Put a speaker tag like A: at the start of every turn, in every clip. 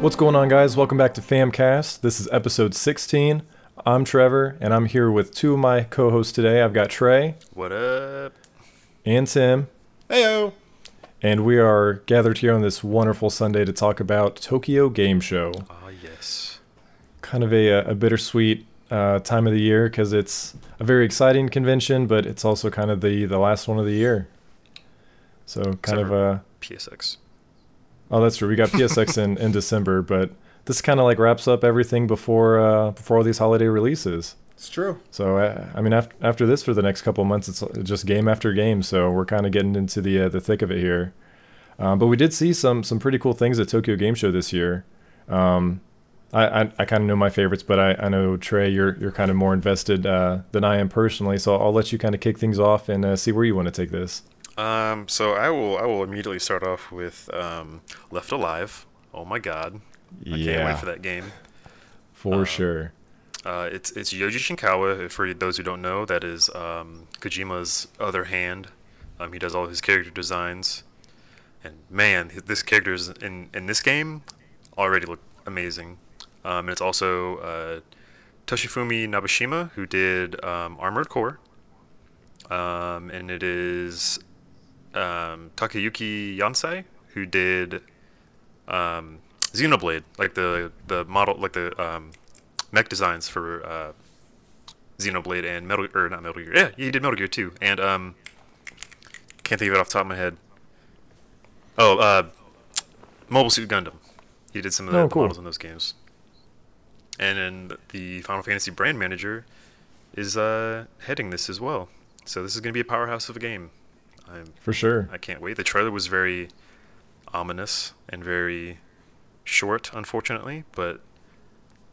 A: What's going on, guys? Welcome back to Famcast. This is episode 16. I'm Trevor, and I'm here with two of my co hosts today. I've got Trey
B: What up?
A: and Tim,
B: Heyo.
A: and we are gathered here on this wonderful Sunday to talk about Tokyo Game Show.
B: Ah, yes.
A: Kind of a, a bittersweet uh, time of the year because it's a very exciting convention, but it's also kind of the, the last one of the year. So, kind of uh,
B: for-
A: a.
B: PSX.
A: Oh, that's true. We got PSX in, in December, but this kind of like wraps up everything before uh, before all these holiday releases.
C: It's true.
A: So uh, I mean, after, after this for the next couple of months, it's just game after game. So we're kind of getting into the uh, the thick of it here. Um, but we did see some some pretty cool things at Tokyo Game Show this year. Um, I I, I kind of know my favorites, but I, I know Trey, you're you're kind of more invested uh, than I am personally. So I'll let you kind of kick things off and uh, see where you want to take this.
B: Um, so I will I will immediately start off with um, Left Alive. Oh my god. I can't wait for that game.
A: for sure.
B: Uh, it's it's Yoji Shinkawa. For those who don't know, that is um, Kojima's other hand. Um, he does all his character designs, and man, hi- this character is in in this game already look amazing. Um, and it's also uh, Toshifumi Nabashima who did um, Armored Core, um, and it is um, Takayuki Yansai who did um, Xenoblade, like the the model, like the um, mech designs for uh, Xenoblade and Metal, or not Metal Gear. Yeah, he did Metal Gear too, and um, can't think of it off the top of my head. Oh, uh, Mobile Suit Gundam. He did some of the
A: Oh, cool.
B: models in those games. And then the Final Fantasy brand manager is uh, heading this as well. So this is going to be a powerhouse of a game. I'm
A: For sure.
B: I can't wait. The trailer was very ominous and very short, unfortunately, but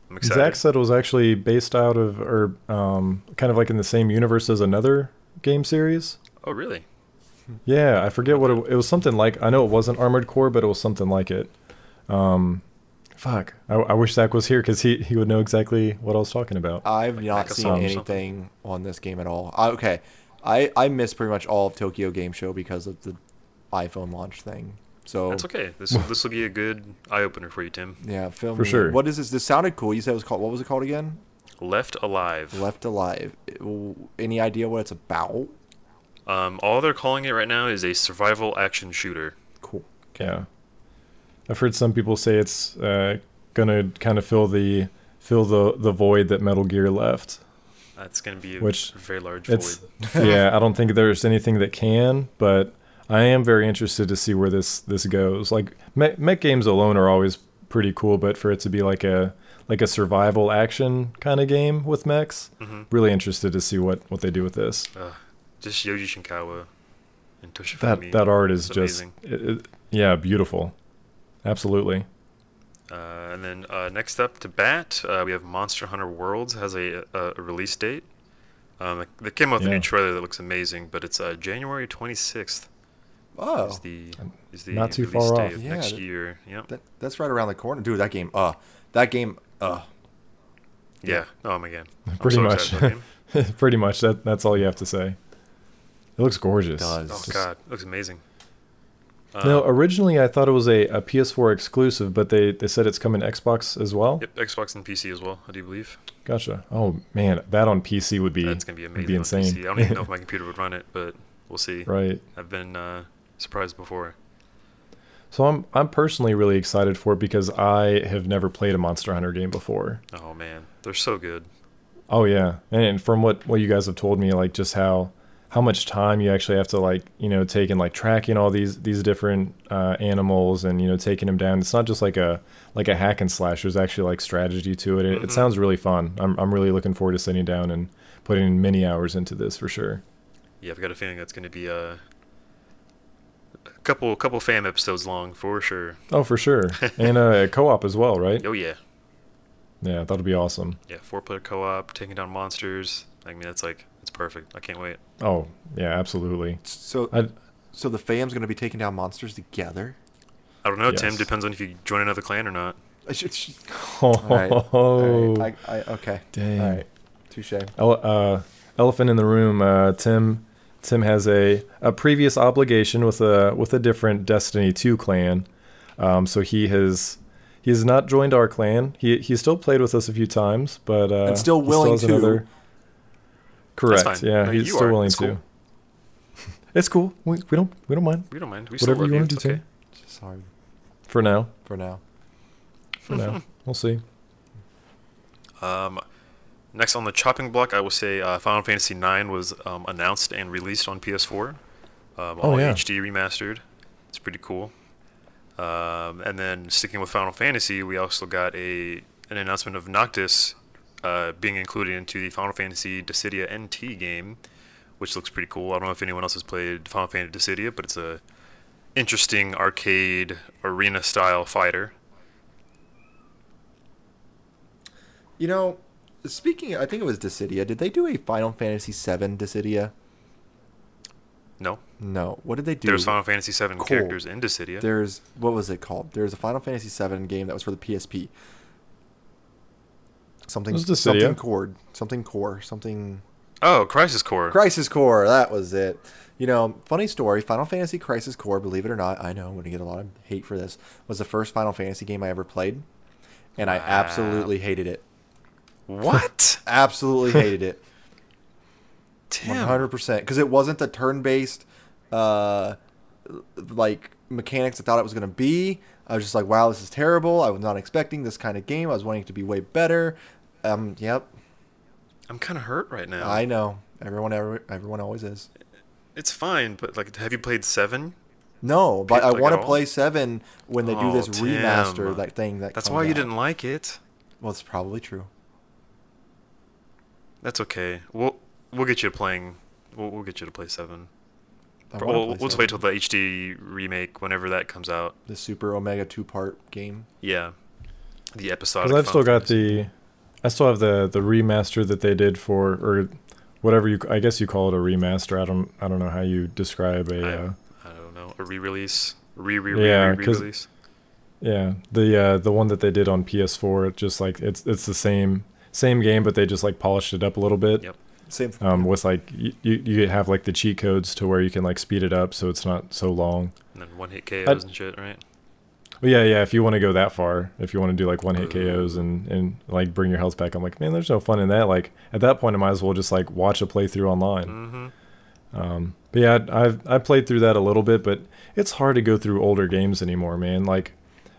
B: I'm excited.
A: Zack said it was actually based out of, or um, kind of like in the same universe as another game series.
B: Oh, really?
A: Yeah, I forget what it, it was. Something like I know it wasn't Armored Core, but it was something like it. Um, fuck, I, I wish Zach was here because he he would know exactly what I was talking about.
C: I've not
B: Microsoft
C: seen
B: or
C: anything on this game at all. I, okay, I I missed pretty much all of Tokyo Game Show because of the iPhone launch thing. So
A: Oh.
B: That's okay. This this will be a good eye opener for you, Tim.
C: yeah, film
A: For sure.
C: What is this? This sounded cool. You said it was called. What was it called again?
B: Left Alive.
C: Left Alive. It- Any idea what it's about?
B: Um, all they're calling it right now is a survival action shooter.
C: Cool.
A: Yeah, I've heard some people say it's uh, gonna kind of fill the fill the the void that Metal Gear left.
B: That's going to be a
A: Which-
B: very large
A: It's
B: void.
A: yeah, I don't think there's anything that can, but I am very interested to see where this this goes. Like mech, mech games alone are always pretty cool, but for it to be like a like a survival action kind of game with mechs,
B: Mm-hmm.
A: really interested to see what what they do with this.
B: Just Yoji Shinkawa and Toshifumi.
A: That that art is
B: it's
A: just
B: amazing.
A: it, it- yeah, beautiful. Absolutely.
B: Uh, and then uh, next up to bat, uh, we have Monster Hunter Worlds has a, a, a release date. Um, they came out with a
A: Yeah.
B: new trailer that looks amazing, but it's uh, January 26th is
C: Oh,
B: the is the
A: Not too
B: release
A: far
B: date
A: off.
B: of
C: Yeah,
B: next
C: that-
B: year. Yep.
C: that, that's right around the corner, dude. That game. Uh, that game. Uh,
B: yeah. Oh my god. I'm
A: Pretty
B: so
A: much.
B: excited about that game.
A: Pretty much that that's all you have to say. It looks gorgeous.
C: does.
B: Oh god, it looks amazing.
A: No, originally I thought it was a, a PS4 exclusive, but they, they said it's coming to Xbox as well.
B: Yep, Xbox and PC as well. I do believe
A: Gotcha. Oh man, that on PC would be
B: that's gonna be
A: would
B: amazing.
A: Be
B: on
A: insane.
B: PC. I don't even know if my computer would run it, but we'll see.
A: right.
B: I've been uh, surprised before.
A: So I'm I'm personally really excited for it because I have never played a Monster Hunter game before.
B: Oh man, they're so good.
A: Oh yeah, and from what what you guys have told me, like just how how much time you actually have to like you know take in like tracking all these these different uh, animals and you know taking them down. It's not just like a like a hack and slash. There's actually like strategy to it. It,
B: Mm-hmm.
A: it sounds really fun. I'm I'm really looking forward to sitting down and putting many hours into this for sure.
B: Yeah, I've got a feeling that's going to be uh, a couple couple fam episodes long for sure.
A: Oh for sure, and uh, co-op as well, right?
B: Oh yeah,
A: Yeah, that'll be awesome.
B: yeah, four player co op, taking down monsters. I mean, that's like that's perfect. I can't wait.
A: Oh yeah, absolutely.
C: so
A: I
C: so the fam's gonna be taking down monsters together.
B: I don't know, Tim.
A: Yes.
B: Depends on if you join another clan or not.
C: I should. sh-
A: oh,
C: All right. All right. I, I, okay.
A: Dang.
C: All right. Touche.
A: Ele- uh, elephant in the room. Uh, Tim Tim has a a previous obligation with a with a different Destiny Two clan, um, so he has He has not joined our clan. He he still played with us a few times, but uh,
C: And still
A: he
C: willing
A: has
C: to.
B: That's
A: Correct.
B: fine.
A: Yeah,
B: No,
A: he's
B: you
A: still
B: are.
A: willing
B: It's
A: to.
B: cool.
A: it's cool. We, we don't we don't mind.
B: We don't mind. We
A: Whatever
B: still love
A: you
B: you.
A: want to
B: It's
A: do,
B: okay.
A: Tim.
C: Sorry
A: For now,
C: for now.
A: for now, we'll see.
B: Um, next on the chopping block, I will say uh, Final Fantasy IX was um, announced and released on PS4. Um, all
A: yeah.
B: HD remastered. It's pretty cool. Um, and then sticking with Final Fantasy, we also got a an announcement of Noctis uh, being included into the Final Fantasy Dissidia NT game, which looks pretty cool. I don't know if anyone else has played Final Fantasy Dissidia, but it's a interesting arcade arena style fighter.
C: You know, speaking, I think it was Dissidia. Did they do a Final Fantasy VII Dissidia?
B: No,
C: No. What did they do?
B: there's Final Fantasy VII
C: cool.
B: characters in Dissidia.
C: There's what was it called? There's a Final Fantasy VII game that was for the PSP.
A: It
C: Something,
A: was Dissidia.
C: something cord, something core, something
B: Oh, Crisis Core.
C: Crisis Core. That was it. You know, funny story. Final Fantasy Crisis Core. Believe it or not, I know I'm going to get a lot of hate for this. Was the first Final Fantasy game I ever played, and I
B: Wow.
C: absolutely hated it.
B: what?
C: Absolutely hated it. One
B: Tim.
C: hundred percent, because it wasn't the turn-based, uh, like mechanics I thought it was gonna be. I was just like, "Wow, this is terrible." I was not expecting this kind of game. I was wanting it to be way better. Um, yep,
B: I'm kind of hurt right now.
C: I know. Everyone, ever, everyone always is.
B: It's fine, but like, have you played Seven?
C: No, but I
B: Like at
C: want to
B: all?
C: play seven when they do
B: Oh,
C: this
B: Tim.
C: remaster that thing. That
B: That's
C: comes
B: why you
C: out.
B: didn't like it.
C: Well, it's probably true.
B: That's okay. We'll we'll get you to playing. We'll, we'll get you to play Seven.
C: I
B: Pro-
C: wanna
B: we'll
C: play
B: we'll just
C: seven.
B: wait till the HD remake whenever that comes out.
C: the Super Omega two-part game.
B: Yeah, the episodic.
A: Because I've still
B: Final
A: got the, I still have the the remaster that they did for or whatever you I guess you call it a remaster. I don't I don't know how you describe a
B: Fantasy.
A: uh,
B: I, I don't know a re-release, re re
A: Yeah,
B: re
A: 'cause-
B: release.
A: yeah the uh, the one that they did on PS4. It just like it's it's the same same game, but they just like polished it up a little bit.
B: Yep.
C: Same.
A: Um, with like you, you you have like the cheat codes to where you can like speed it up so it's not so long.
B: And then one hit KOs and shit, right?
A: But yeah, yeah. If you want to go that far, if you want to do like one hit
B: Mm.
A: KOs and and like bring your health back, I'm like, man, there's no fun in that. Like at that point, I might as well just like watch a playthrough online.
B: Mm-hmm.
A: Um, but yeah, I- I've I played through that a little bit, but it's hard to go through older games anymore, man. Like,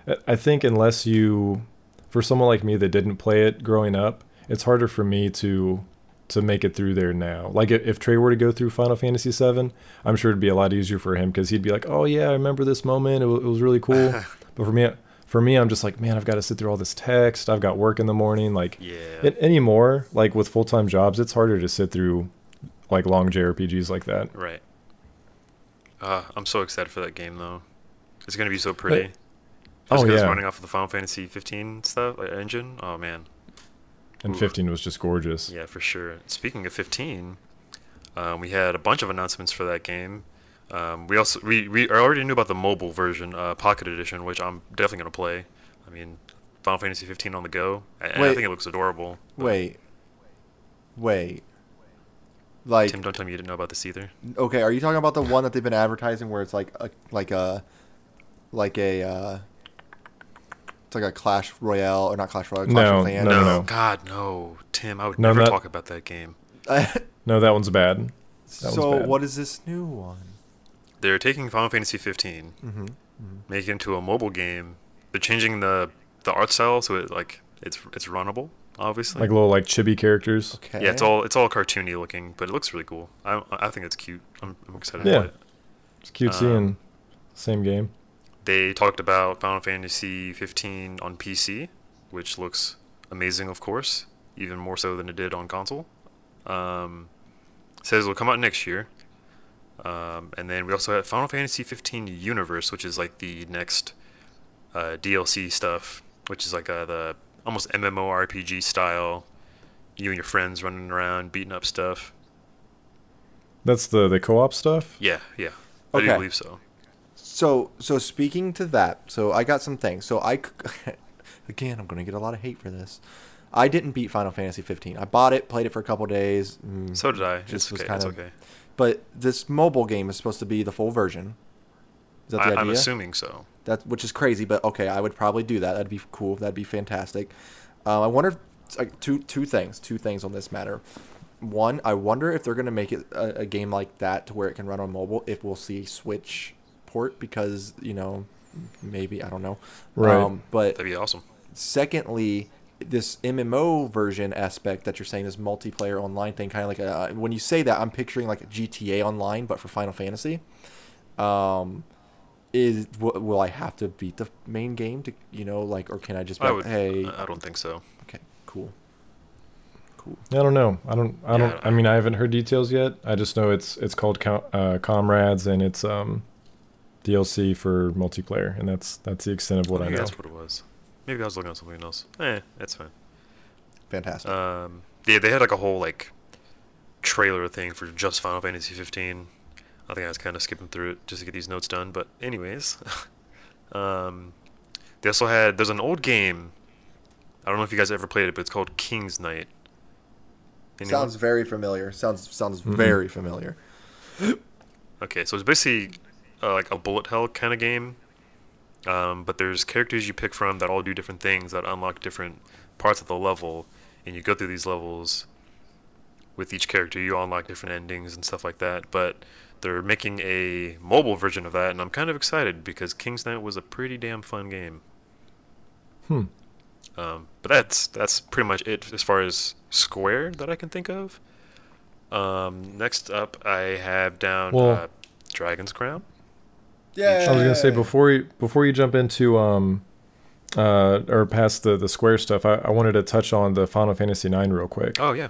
A: I- I think unless you, for someone like me that didn't play it growing up, it's harder for me to to make it through there now. Like if, if Trey were to go through Final Fantasy VII, I'm sure it'd be a lot easier for him because he'd be like, "Oh yeah, I remember this moment. It, wa- it was really cool." but for me, for me, I'm just like, man, I've got to sit through all this text. I've got work in the morning. Like,
B: Yeah.
A: it, anymore, like with full time jobs, it's harder to sit through like long JRPGs like that.
B: Right. Uh, I'm so excited for that game though. It's gonna be so pretty.
A: Oh,
B: Just 'cause it's
A: yeah.
B: running off of the Final Fantasy 15 stuff like, engine. Oh man,
A: And
B: Oof.
A: 15 was just gorgeous.
B: yeah, for sure. Speaking of 15, um, we had a bunch of announcements for that game. Um, we also we, we already knew about the mobile version, uh, Pocket Edition, which I'm definitely gonna play. I mean, Final Fantasy 15 on the go. I, and I
C: Wait.
B: think it looks adorable. but
C: Wait, wait. Like
B: Tim, don't tell me you didn't know about this either.
C: Okay, are you talking about the one that they've been advertising where it's like a like a like a uh, it's like a Clash Royale or not Clash Royale? Clash
A: No,
C: of Clans.
A: no, no.
B: God no, Tim. I would
A: No,
B: never
A: not-
B: talk about that game.
A: No, that one's bad. one's
C: so
A: bad.
C: what is this new one?
B: They're taking Final Fantasy 15
C: Mm-hmm.
B: make it into a mobile game. They're changing the the art style so it like it's it's runnable, obviously.
A: Like little like chibi characters.
C: Okay.
B: yeah, it's all it's all cartoony looking, but it looks really cool. I I think it's cute. I'm, I'm excited
A: Yeah.
B: about it.
A: It's cutesy
B: Um,
A: and same game.
B: They talked about Final Fantasy 15 on PC, which looks amazing, of course, even more so than it did on console. Um, says it'll come out next year. Um, and then we also have Final Fantasy 15 Universe, which is like the next uh, DLC stuff, which is like uh, the almost MMORPG style. You and your friends running around, beating up stuff.
A: That's the the co op stuff.
B: Yeah, yeah. I
C: Okay.
B: do believe so.
C: So so speaking to that, so I got some things. So I c- again, I'm gonna get a lot of hate for this. I didn't beat Final Fantasy 15. I bought it, played it for a couple days. mm,
B: So did I.
C: Just
B: It's
C: was
B: okay. It's
C: kind of-
B: okay.
C: But this mobile game is supposed to be the full version. Is that the
B: I,
C: idea?
B: I'm assuming so.
C: That which is crazy, but okay, I would probably do that. That'd be cool. That'd be fantastic. Um, I wonder if, like two two things, two things on this matter. One, I wonder if they're gonna make it a, a game like that to where it can run on mobile. If we'll see Switch port because you know maybe I don't know. Um,
A: Right.
C: but
B: That'd be awesome.
C: secondly this mmo version aspect that you're saying this multiplayer online thing kind of like uh when you say that i'm picturing like gta online but for final fantasy um is w- will i have to beat the main game to you know like or can i just be
B: I
C: like,
B: would. uh,
C: hey
B: I don't think so.
C: okay cool cool
A: I don't know. I don't. I don't.
B: Yeah.
A: I mean, I haven't heard details yet. I just know it's it's called Co- uh, Comrades, and it's um, DLC for multiplayer, and that's that's the extent of what I
B: Maybe
A: know.
B: that's what it was. Maybe I was looking at something else. Eh, that's fine.
C: fantastic
B: Um, yeah, they had like a whole like trailer thing for just Final Fantasy 15. I think I was kind of skipping through it just to get these notes done. But anyways, um, they also had there's an old game. I don't know if you guys ever played it, but it's called King's Knight. Anyone?
C: sounds very familiar sounds sounds
A: Mhm.
C: very familiar
B: Okay, so it's basically uh, like a bullet hell kind of game, um, but there's characters you pick from that all do different things that unlock different parts of the level, and you go through these levels with each character. You unlock different endings and stuff like that. But they're making a mobile version of that, and I'm kind of excited because King's Knight was a pretty damn fun game.
A: Hmm.
B: Um, but that's that's pretty much it as far as Square that I can think of. Um, next up, I have down
A: Well-
B: uh, Dragon's Crown.
C: yeah
A: I was gonna say before you before you jump into um, uh, or past the the Square stuff, I, I wanted to touch on the Final Fantasy IX real quick.
B: Oh yeah,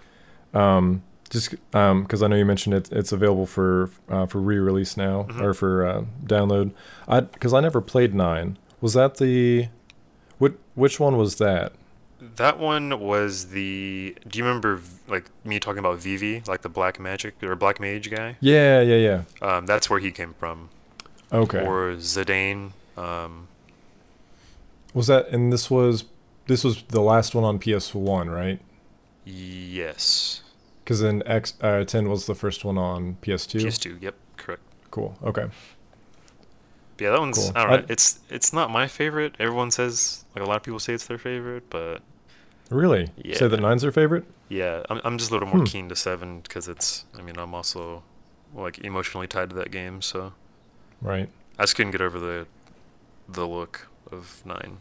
A: Um, just um, because I know you mentioned it, it's available for uh, for re-release now
B: Mhm.
A: or for uh, download. I because I never played nine. Was that the, which which one was that?
B: that one was the. Do you remember like me talking about Vivi, like the black magic or black mage guy?
A: Yeah, yeah, yeah.
B: Um, that's where he came from,
A: Okay.
B: or Zidane. Um,
A: was that and this was this was the last one on PS1, right?
B: yes,
A: Because then X uh, 10 was the first one on PS2.
B: PS2. Yep, correct.
A: Cool. Okay.
B: Yeah, that one's
A: Cool.
B: I don't know.
A: I-
B: It's it's not my favorite. Everyone says like a lot of people say it's their favorite, but
A: Really? Say that
B: Yeah.
A: nine's their favorite.
B: yeah, I'm I'm just a little more
A: Hmm.
B: keen to seven because it's. I mean, I'm also like emotionally tied to that game, so
A: Right.
B: I just couldn't get over the the look of nine.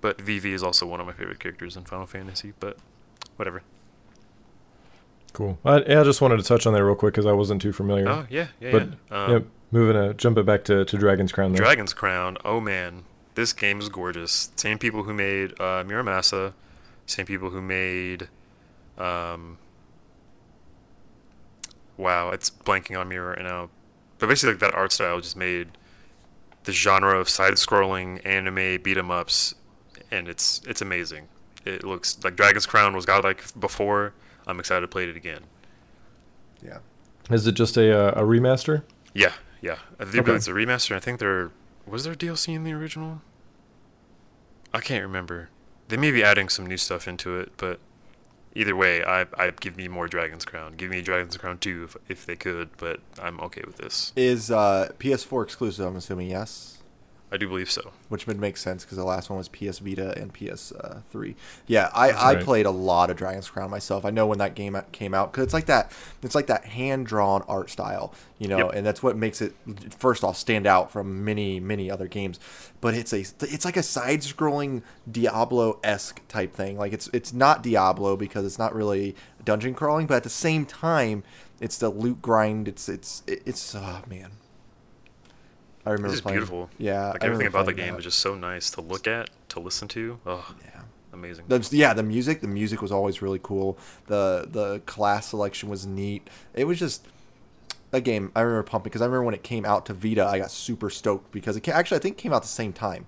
B: But Vivi is also one of my favorite characters in Final Fantasy, but whatever.
A: Cool. I, yeah, I just wanted to touch on that real quick because I wasn't too familiar.
B: Oh yeah, yeah,
A: But,
B: yeah. Um,
A: yep. Moving to jump it back to, to Dragon's Crown. There.
B: Dragon's Crown. Oh man, this game is gorgeous. Same people who made uh, Miramasa, same people who made. Um, wow, it's blanking on me right now. But basically, like that art style just made the genre of side-scrolling anime beat 'em ups, and it's it's amazing. It looks like Dragon's Crown was godlike before. I'm excited to play it again.
C: yeah
A: Is it just a uh, a remaster?
B: Yeah, yeah. Uh, I think
A: Okay.
B: it's a remaster. I think there was there DLC in the original. I can't remember. They may be adding some new stuff into it, but either way, I I give me more Dragon's Crown. Give me Dragon's Crown two if, if they could, but I'm okay with this.
C: is uh ps4 exclusive i'm assuming yes
B: I do believe so.
C: which would make sense because the last one was PS Vita and PS3. yeah, I, I
A: Right.
C: played a lot of Dragon's Crown myself. I know when that game uh, came out because it's like that it's like that hand drawn art style, you know,
B: Yep.
C: and that's what makes it first off stand out from many many other games. But it's a it's like a side scrolling Diablo esque type thing. Like it's it's not Diablo because it's not really dungeon crawling, but at the same time, it's the loot grind. It's it's it's oh man. I remember
B: It's just
C: playing.
B: beautiful.
C: Yeah,
B: like
C: I remember
B: everything about the
C: playing
B: game
C: that.
B: is just so nice to look at, to listen to. Oh,
C: Yeah.
B: amazing.
C: The, yeah, the music, the music was always really cool. The the class selection was neat. It was just a game I remember pumping because I remember when it came out to Vita, I got super stoked because it ca actually I think it came out the same time.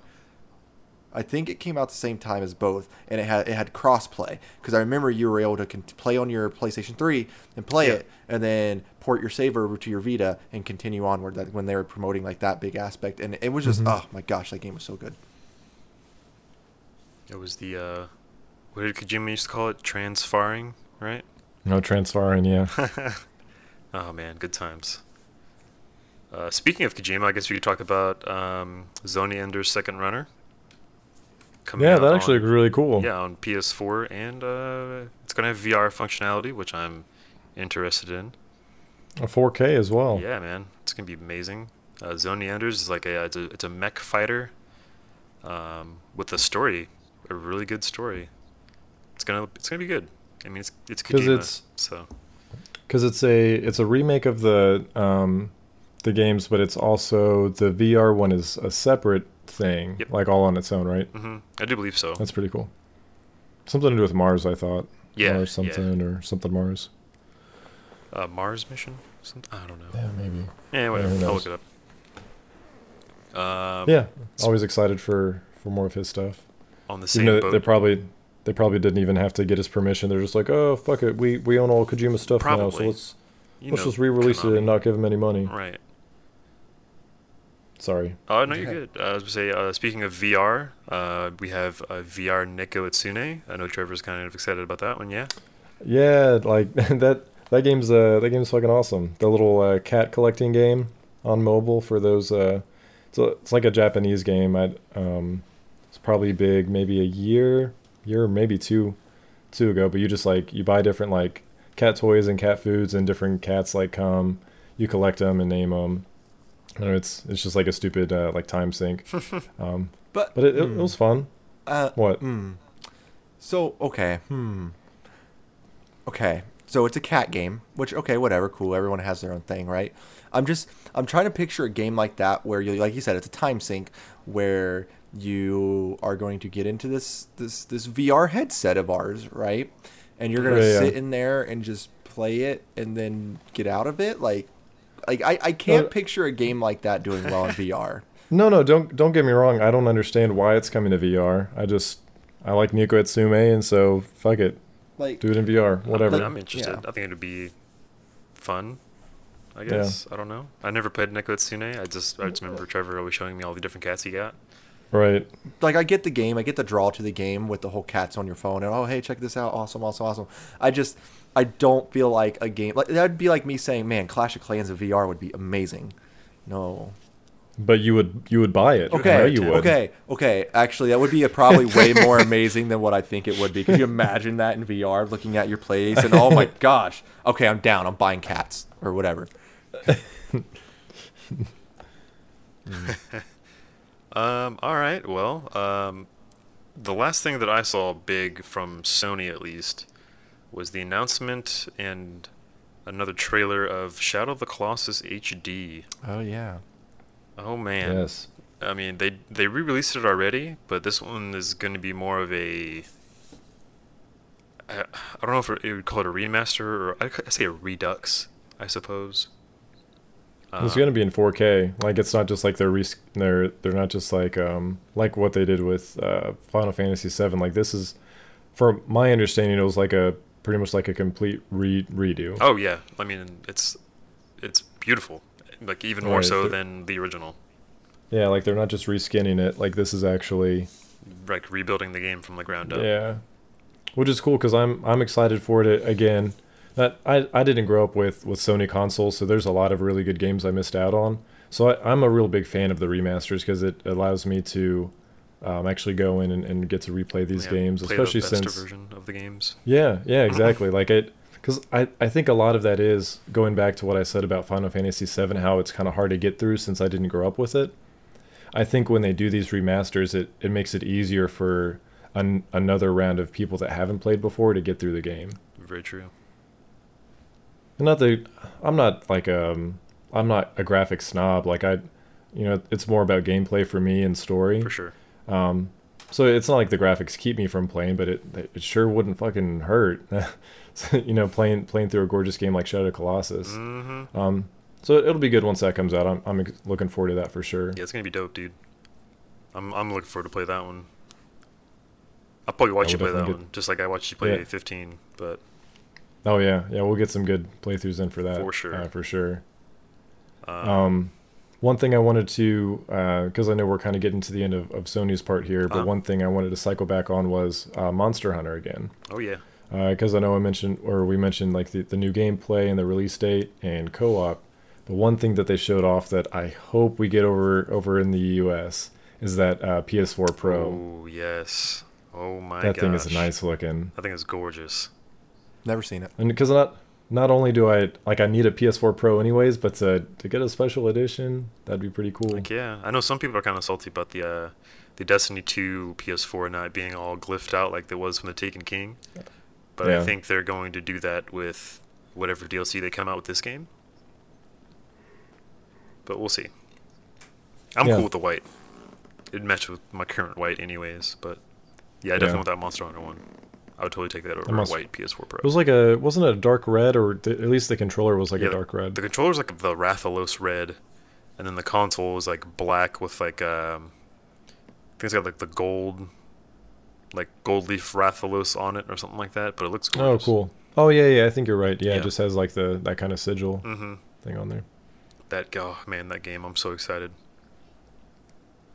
C: I think it came out the same time as both, and it had it had crossplay because I remember you were able to con- play on your PlayStation 3 and play
B: Yeah.
C: it, and then port your save over to your Vita and continue onward. That when they were promoting like that big aspect, and it was just oh my gosh, that game was so good.
B: It was the uh, what did Kojima used to call it? Transfaring, right?
A: No transferring. Yeah.
B: oh man, good times. Uh, speaking of Kojima, I guess we could talk about um, Zony Ender's Second Runner. Coming
A: Yeah,
B: out
A: that actually
B: on-
A: looked really cool.
B: yeah on PS4, and uh, it's gonna have VR functionality, which I'm interested in.
A: A 4K as well.
B: Yeah, man, it's gonna be amazing. Uh, Zone Anders is like a it's a, it's a mech fighter, um, with a story, a really good story. It's gonna it's gonna be good. I mean, it's it's
A: 'Cause
B: Kojima,
A: it's-
B: so
A: because it's a it's a remake of the um the games but it's also the vr one is a separate thing
B: Yep.
A: like all on its own right
B: hmm I do believe so.
A: that's pretty cool something to do with mars i thought
B: Yeah,
A: or
B: yeah.
A: something or something mars
B: Uh, Mars mission, something I don't know.
A: yeah maybe
B: Yeah, whatever.
A: who
B: I'll
A: knows?
B: look it up. Um,
A: yeah always excited for for more of his stuff
B: on the
A: you
B: same
A: know
B: boat.
A: they probably they probably didn't even have to get his permission they're just like oh fuck it we we own all kojima stuff now so
B: Probably.
A: let's
B: you
A: let's
B: know,
A: just re-release it and
B: Konami.
A: not give him any money
B: Right.
A: sorry
B: Oh no, you're good. Uh, I was gonna say, uh, speaking of VR, uh, we have uh, VR Neko Itsune. I know Trevor's kind of excited about that one. Yeah.
A: Yeah, like that that game's uh that game's fucking awesome. The little uh, cat collecting game on mobile for those uh it's, a, it's like a Japanese game. I um it's probably big maybe a year, year maybe two two ago, but you just like you buy different like cat toys and cat foods and different cats like come, you collect them and name them. And it's it's just like a stupid uh, like time sink. um
C: But,
A: but it, it, it was fun.
C: uh,
A: What?
C: hmm. So okay, hmm. Okay, so it's a cat game, which okay, whatever, cool. Everyone has their own thing, right? I'm just I'm trying to picture a game like that where you like you said it's a time sink where you are going to get into this this this VR headset of ours, right? And you're gonna
A: Yeah, yeah.
C: sit in there and just play it and then get out of it, like. Like I, I can't
A: Uh,
C: picture a game like that doing well in VR.
A: No, no, don't don't get me wrong. I don't understand why it's coming to VR. I just I like Nico Etsume, and so fuck it,
C: Like
A: do it in VR,
B: I'm-
A: whatever.
B: I'm interested.
C: Yeah.
B: I think it'd be fun. I guess I don't know. I never played Neko Itsune. I just I just remember Trevor always showing me all the different cats he got.
A: Right?
C: like I get the game, I get the draw to the game with the whole cats on your phone, and oh hey, check this out, awesome, awesome, awesome. I just I don't feel like a game like that'd be like me saying, man, Clash of Clans in VR would be amazing. No.
A: But you would you would buy it.
C: Okay.
A: I know you would.
C: Okay. Okay. Actually, that would be a probably way more amazing than what I think it would be. Could you imagine that in VR, looking at your place and oh my gosh, okay, I'm down. I'm buying cats or whatever.
B: Um, all right. Well, um, the last thing that I saw big from Sony, at least, was the announcement and another trailer of Shadow of the Colossus HD.
C: Oh yeah.
B: Oh man.
A: Yes.
B: I mean, they they re-released it already, but this one is going to be more of a. I, I don't know if it would call it a remaster or I would say a redux, I suppose.
C: Uh,
A: it's gonna be in 4K. Like it's not just like they're res- they're they're not just like um like what they did with uh, Final Fantasy VII. Like this is, from my understanding, it was like a pretty much like a complete re- redo.
C: Uh.
B: Oh yeah, I mean it's it's beautiful, like even more
A: Right,
B: so
A: they're-
B: than the original.
A: Yeah, like they're not just reskinning it. Like this is actually
B: Like rebuilding the game from the ground up.
A: Yeah, which is cool because I'm I'm excited for it again. That I, I didn't grow up with with Sony consoles, so there's a lot of really good games I missed out on. So I, I'm a real big fan of the remasters because it allows me to um, actually go in and, and get to replay these
B: Yeah,
A: games,
B: play
A: especially
B: the best
A: since
B: version of the games.
A: yeah, yeah, exactly. like it, because I, I think a lot of that is going back to what I said about Final Fantasy VII, how it's kind of hard to get through since I didn't grow up with it. I think when they do these remasters, it, it makes it easier for an, another round of people that haven't played before to get through the game.
B: Very true.
A: And not that I'm not like um I'm not a graphic snob. Like I, you know, it's more about gameplay for me and story.
B: For sure.
A: So it's not like the graphics keep me from playing, but it it sure wouldn't fucking hurt, So, you know, playing playing through a gorgeous game like Shadow of Colossus.
B: Mm-hmm.
A: Um, so it'll be good once that comes out. I'm I'm ex- looking forward to that for sure.
B: Yeah, it's gonna be dope, dude. I'm I'm looking forward to play that one. I'll probably watch
A: Yeah,
B: you
A: we'll
B: play that
A: definitely
B: one, just like I watched you play
A: Yeah.
B: 15. But
A: Oh yeah, yeah, we'll get some good playthroughs in for that
B: For sure.
A: uh, for sure.
B: um,
A: Um, one thing I wanted to, because I know we're kind of getting to the end of, of Sony's part here, but
B: Uh-huh.
A: one thing I wanted to cycle back on was uh, Monster Hunter again.
B: oh yeah,
A: Uh, because I know I mentioned or we mentioned like the, the new gameplay and the release date and co-op, The one thing that they showed off that I hope we get over over in the U.S. is that uh, PS4 Pro.
B: Oh yes. Oh my
A: that
B: gosh.
A: thing is nice looking.
B: I think it's gorgeous.
C: Never seen it.
A: And because not not only do I like I need a PS4 Pro anyways, but to to get a special edition, that'd be pretty cool.
B: Like, yeah, I know some people are kind of salty about the uh, the Destiny 2 PS4 not being all glyphed out like there was from the Taken King, but I
A: Yeah.
B: think they're going to do that with whatever DLC they come out with this game. But we'll see. I'm
A: Yeah.
B: cool with the white. It matches with my current white, anyways. But yeah, I definitely
A: Yeah.
B: want that Monster Hunter one. I would totally take that over a
A: Monster-
B: white PS4 Pro.
A: It was like a wasn't it a dark red or th- at least the controller was like
B: Yeah,
A: a dark red.
B: The controller's like the Rathalos red, and then the console is like black with like um, I think it's got like the gold, like gold leaf Rathalos on it or something like that. But it looks
A: oh,
B: gorgeous.
A: cool. Oh yeah, yeah. I think you're right. Yeah,
B: Yeah.
A: it just has like the that kind of sigil
B: Mm-hmm.
A: thing on there.
B: That oh man, that game! I'm so excited.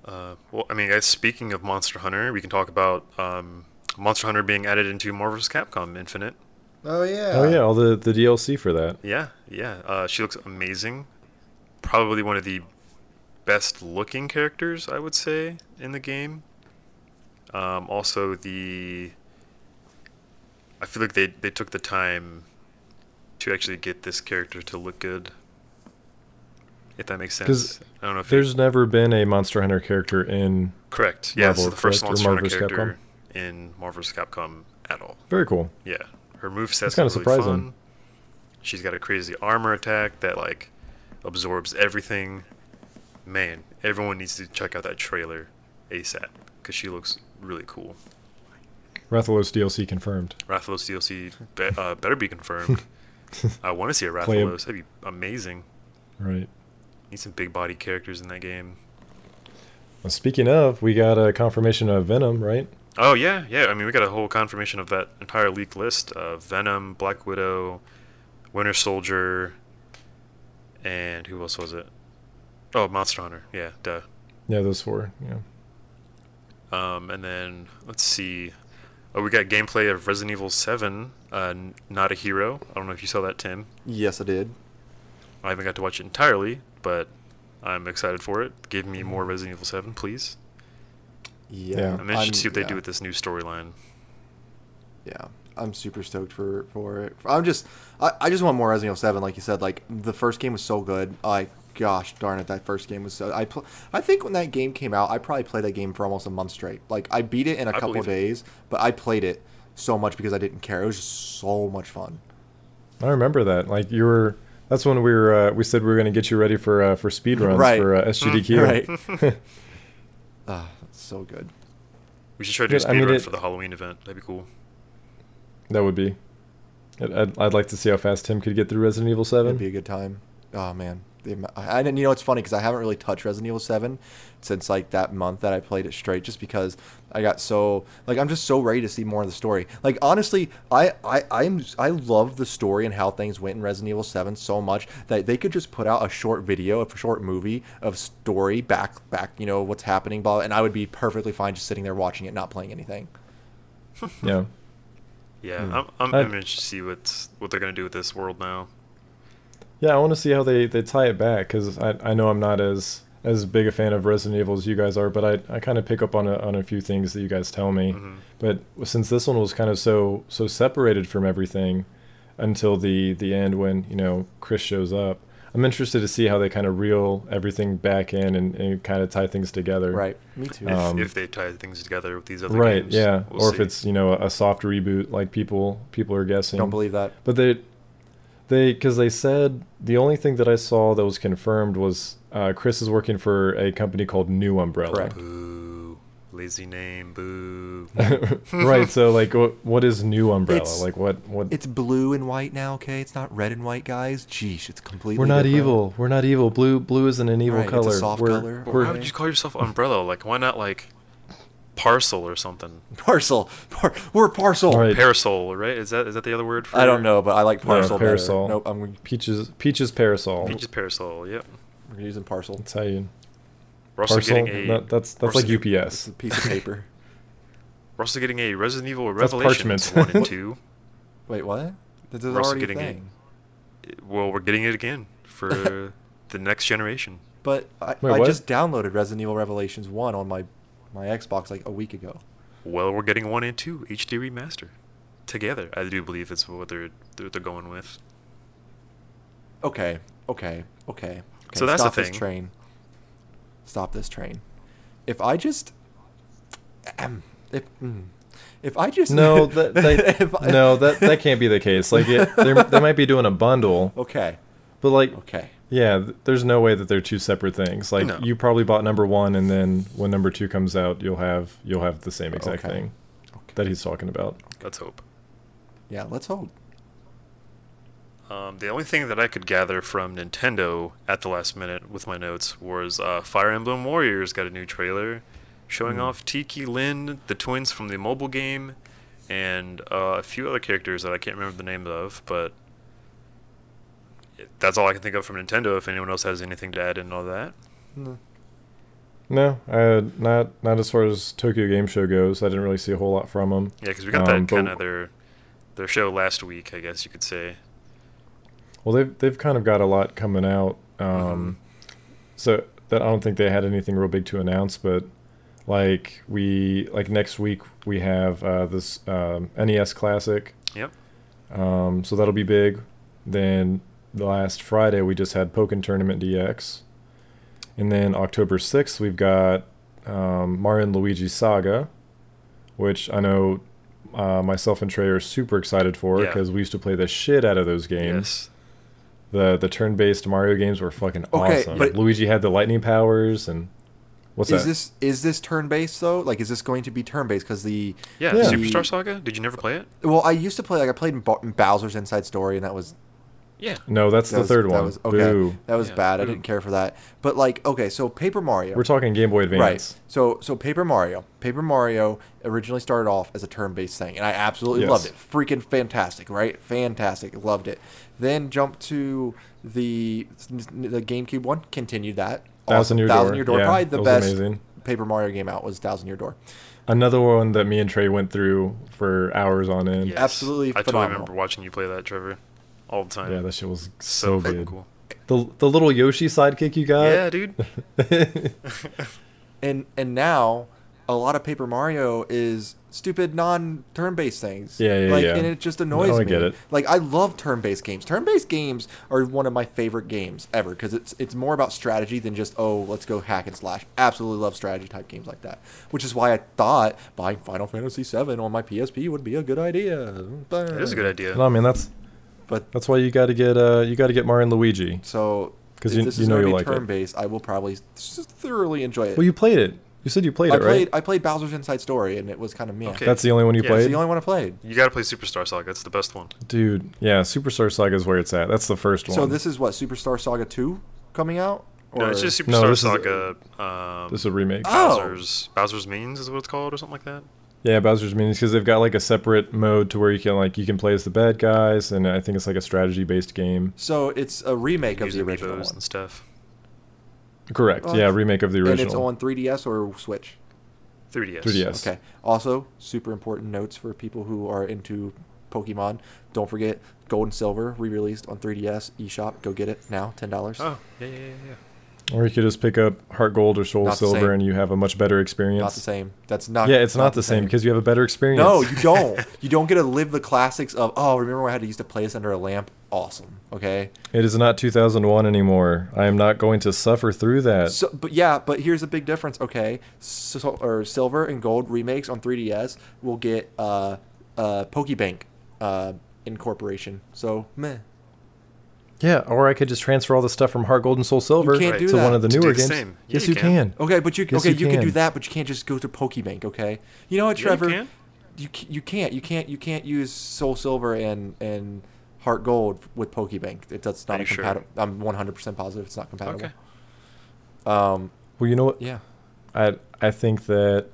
B: Uh, well, I mean, guys, speaking of Monster Hunter, we can talk about um, Monster Hunter being added into Marvel's Capcom Infinite.
C: Oh yeah.
A: oh yeah, all the the DLC for that.
B: Yeah, yeah. Uh, she looks amazing. Probably one of the best looking characters, I would say, in the game. Um, also, the. I feel like they, they took the time to actually get this character to look good. If that makes
A: 'Cause
B: sense. I don't know if it-
A: There's never been a Monster Hunter character in.
B: Correct. Yeah, this is
A: Marvel,
B: the first
A: correct, or
B: Monster Hunter
A: Marvel's
B: character in Marvel's Capcom at all.
A: Very cool.
B: Yeah, her moveset's
A: kinda
B: really
A: surprising.
B: fun. She's got a crazy armor attack that like absorbs everything. Man, everyone needs to check out that trailer ASAP because she looks really cool.
A: Rathalos DLC confirmed.
B: Rathalos DLC be- uh, better be confirmed. I want to see a
A: Play 'em.
B: Rathalos. That'd be amazing.
A: Right.
B: Need some big body characters in that game.
A: Well, speaking of, we got a confirmation of Venom, right?
B: Oh yeah, yeah. I mean, we got a whole confirmation of that entire leak list: uh, Venom, Black Widow, Winter Soldier, and who else was it? Oh, Monster Hunter. Yeah, duh.
A: Yeah, those four. Yeah.
B: Um, and then let's see. Oh, we got gameplay of Resident Evil Seven. Uh, N- Not a hero. I don't know if you saw that, Tim.
C: Yes, I did.
B: I haven't got to watch it entirely, but I'm excited for it. Give me more Resident Evil Seven, please.
C: Yeah.
A: Yeah.
B: I'm interested to see what they
C: yeah.
B: do with this new storyline.
C: Yeah, I'm super stoked for for it. I'm just I, I just want more Resident Evil Seven, like you said. Like the first game was so good. Like gosh darn it, that first game was so. I pl- I think when that game came out, I probably played that game for almost a month straight. Like I beat it in a
B: I
C: couple
B: believe
C: of
B: it.
C: days, but I played it so much because I didn't care. It was just so much fun.
A: I remember that. Like you were. That's when we were. Uh, we said we were going to get you ready for uh, for speed runs
C: Right. Mm-hmm.
A: for uh, SGDQ.
C: Right. Ah, so good.
B: We should try to do a
A: Yeah, I mean,
B: speedrun
A: it-
B: for the Halloween event. That'd be cool.
A: that would be. I'd, I'd, I'd like to see how fast Tim could get through Resident Evil
C: It'd be
A: Seven.
C: a good time. Oh man, the, am- I I didn't. You know, it's funny because I haven't really touched Resident Evil Seven since like that month that I played it straight, just because I got so like I'm just so ready to see more of the story. Like honestly, I I I'm I love the story and how things went in Resident Evil Seven so much that they could just put out a short video, a short movie of story back back you know what's happening, blah, and I would be perfectly fine just sitting there watching it, not playing anything.
A: Yeah.
B: Yeah, I'm, I'm,
A: I-
B: I'm interested to see what's, what they're gonna do with this world now.
A: Yeah, I want to see how they, they tie it back because I, I know I'm not as as big a fan of Resident Evil as you guys are, but I, I kind of pick up on a, on a few things that you guys tell me.
B: Mm-hmm.
A: But since this one was kind of so so separated from everything until the the end when you know Chris shows up, I'm interested to see how they kind of reel everything back in and, and kind of tie things together.
C: Right. Me too.
B: If,
A: Um,
B: if they tie things together with these other
A: Right.
B: games,
A: yeah.
B: we'll
A: or if
B: see.
A: it's you know a soft reboot like people people are guessing.
C: Don't believe that.
A: But they, they, because they said the only thing that I saw that was confirmed was uh, Chris is working for a company called New Umbrella.
C: Correct.
B: boo, lazy name, boo.
A: right. So like, what what is New Umbrella?
C: It's-
A: like, what what?
C: It's blue and white now, okay? It's not red and white, guys. Jeez, it's completely.
A: We're not
C: different.
A: evil. We're not evil. Blue blue isn't an evil
C: Right, it's a
A: color.
C: soft
A: we're,
C: color.
B: But
A: we're-
B: why would you call yourself Umbrella? Like, why not like Parcel or something?
C: Parcel. Par- we're parcel.
A: All right.
B: Parasol, right? Is that is that the other word for?
C: I don't know, but I like parcel. better.
A: parasol.
C: Nope, I'm
A: Peaches Peaches parasol.
B: Peach's parasol. Yep.
C: we're using parcel.
A: That's how you.
B: We're also
A: Parcel.
B: getting a.
A: No, that's
B: we're
A: that's
B: also
A: like
B: get-
C: It's
A: UPS.
C: a piece of paper.
B: We're also getting a Resident Evil
A: That's
B: Revelations
A: parchment.
B: one and two.
C: Wait, what? This is
B: We're also
C: already a
B: getting a-
C: thing.
B: Well, we're getting it again for the next generation.
C: But I,
A: Wait,
C: I
A: what?
C: just downloaded Resident Evil Revelations one on my my Xbox like a week ago.
B: Well, we're getting one and two HD remaster together. I do believe it's what they're they're, they're going with.
C: Okay, okay, okay. okay.
B: So that's the
C: stop
B: thing.
C: this train. Stop this train. If I just, Ahem. if mm. if I just
A: No, that,
C: if
A: they,
C: I-
A: no, that that can't be the case. Like, it, they're- they might be doing a bundle,
C: Okay,
A: but like,
C: okay.
A: yeah, th- there's no way that they're two separate things. Like,
B: No.
A: you probably bought number one, and then when number two comes out, you'll have you'll have the same exact
C: Okay.
A: thing
C: Okay.
A: that he's talking about.
B: Let's hope.
C: yeah, let's hold.
B: Um, the only thing that I could gather from Nintendo at the last minute with my notes was uh, Fire Emblem Warriors got a new trailer
A: Hmm.
B: showing off Tiki, Lin, the twins from the mobile game, and uh, a few other characters that I can't remember the names of, but that's all I can think of from Nintendo. If anyone else has anything to add in all that,
C: No.
A: No, uh, not not as far as Tokyo Game Show goes. I didn't really see a whole lot from him.
B: yeah, because we got
A: Um,
B: that
A: but-
B: kind of their their show last week, I guess you could say.
A: Well, they've they've kind of got a lot coming out. Um, So that I don't think they had anything real big to announce, but like we like next week we have uh, this um, NES Classic.
B: Yep.
A: Um, so that'll be big. Then last Friday we just had Pokken Tournament DX, and then October sixth we've got um, Mario and Luigi Saga, which I know uh, myself and Trey are super excited for
B: Yeah.
A: because we used to play the shit out of those games.
B: Yes.
A: The the turn based Mario games were fucking
C: Okay,
A: awesome.
C: but-
A: Luigi had the lightning powers and what's
C: Is
A: that?
C: this is this turn based though? Like, is this going to be turn based? Because the
B: Yeah,
A: Yeah.
B: Superstar Saga. Did you never play it?
C: well, I used to play like I played in Bo- in Bowser's Inside Story, and that was
B: Yeah.
A: no, that's
C: that
A: the
C: was-
A: third
C: That
A: one.
C: was, okay,
A: Boo.
C: that was
B: Yeah,
C: bad. I
B: boo.
C: didn't care for that. But like, okay, so Paper Mario.
A: We're talking Game Boy Advance.
C: Right. So so Paper Mario. Paper Mario originally started off as a turn-based thing, and I absolutely
A: Yes.
C: loved it. Freaking fantastic, right? Fantastic. Loved it. Then jumped to the the GameCube one. Continued that.
A: Thousand Year
C: Thousand
A: Door.
C: Year Door.
A: Yeah,
C: Probably the
A: that was
C: best
A: amazing.
C: Paper Mario game out was Thousand Year Door.
A: Another one that me and Trey went through for hours on end.
B: Yes.
C: Absolutely
B: I totally
C: phenomenal.
B: remember watching you play that, Trevor, all the time.
A: Yeah, that shit was so,
B: fucking
A: good. Uh, The the little Yoshi sidekick you got.
B: yeah, dude.
C: And and now a lot of Paper Mario is stupid non-turn-based things.
A: Yeah, yeah,
C: like,
A: yeah.
C: And it just annoys
A: No, I
C: me.
A: get it.
C: Like I love turn-based games. Turn-based games are one of my favorite games ever because it's it's more about strategy than just oh let's go hack and slash. Absolutely love strategy type games like that, which is why I thought buying Final Fantasy VII on my PSP would be a good idea.
B: That is a good idea.
A: No, man, that's
C: But
A: that's why you got to get uh you got to get Mario and Luigi.
C: so
A: 'Cause
C: if
A: you-
C: this
A: you
C: is
A: know
C: going to
A: you'll
C: be
A: like it.
C: turn-based, I will probably s- thoroughly enjoy it.
A: Well, you played it. You said you played
C: I
A: it,
C: played
A: right?
C: I played Bowser's Inside Story and it was kind of meh.
B: Okay.
A: That's the only one you
B: Yeah, it's
A: played,
C: It's the only one I played.
B: You gotta play Superstar Saga. It's the best one.
A: dude. Yeah, Superstar Saga is where it's at. That's the first one.
C: So this is what Superstar Saga two coming out?
B: no, it's just Superstar
A: No, this is-
B: Saga. um,
A: this is a remake.
C: Oh!
B: Bowser's Bowser's Means is what it's called, or something like that.
A: Yeah, Bowser's Minions because they've got like a separate mode to where you can like you can play as the bad guys, and I think it's like a strategy based game.
C: so it's a remake of
B: Use
C: the original
B: amiibos
C: one,
B: and stuff.
A: Correct.
C: Well,
A: yeah,
C: it's-
A: remake of the
C: and it's
A: original.
C: on 3DS or Switch.
B: 3DS.
A: 3DS. Yes.
C: Okay. Also, super important notes for people who are into Pokemon. Don't forget Gold and Silver re-released on 3DS eShop. Go get it now, ten dollars.
B: Oh yeah, yeah, yeah. yeah.
A: Or you could just pick up Heart Gold or Soul
C: Not the
A: Silver,
C: same.
A: and you have a much better experience.
C: not the same. That's not.
A: Yeah, it's not, the same because you have a better experience.
C: no, you don't. you don't get to live the classics of. Oh, remember when I had to used to play this under a lamp? Awesome. Okay.
A: It is not 2001 anymore. I am not going to suffer through that.
C: So, but yeah, but here's a big difference. Okay, so, or silver and gold remakes on 3ds will get uh, uh, PokeBank uh, incorporation. So meh.
A: yeah, or I could just transfer all the stuff from Heart Gold and Soul Silver
C: can't
A: to
C: do
A: one
C: that.
A: of the
B: To do
A: newer
B: the
A: games.
B: same. Yeah,
A: Yes,
B: you
A: you,
B: can.
A: can.
C: Okay, but you
A: Yes,
C: okay
A: you
C: you can. do
A: can.
C: that, but you can't just go to PokeBank. Okay, you know what,
B: Yeah, you
C: Trevor?
B: can.
C: You c- you can't you can't you can't use Soul Silver and and Heart Gold with PokeBank. It, that's
B: Are
C: not
B: you sure?
C: compatible. I'm 100% positive it's not compatible.
B: Okay.
C: Um.
A: Well, you know what?
C: Yeah.
A: I I think that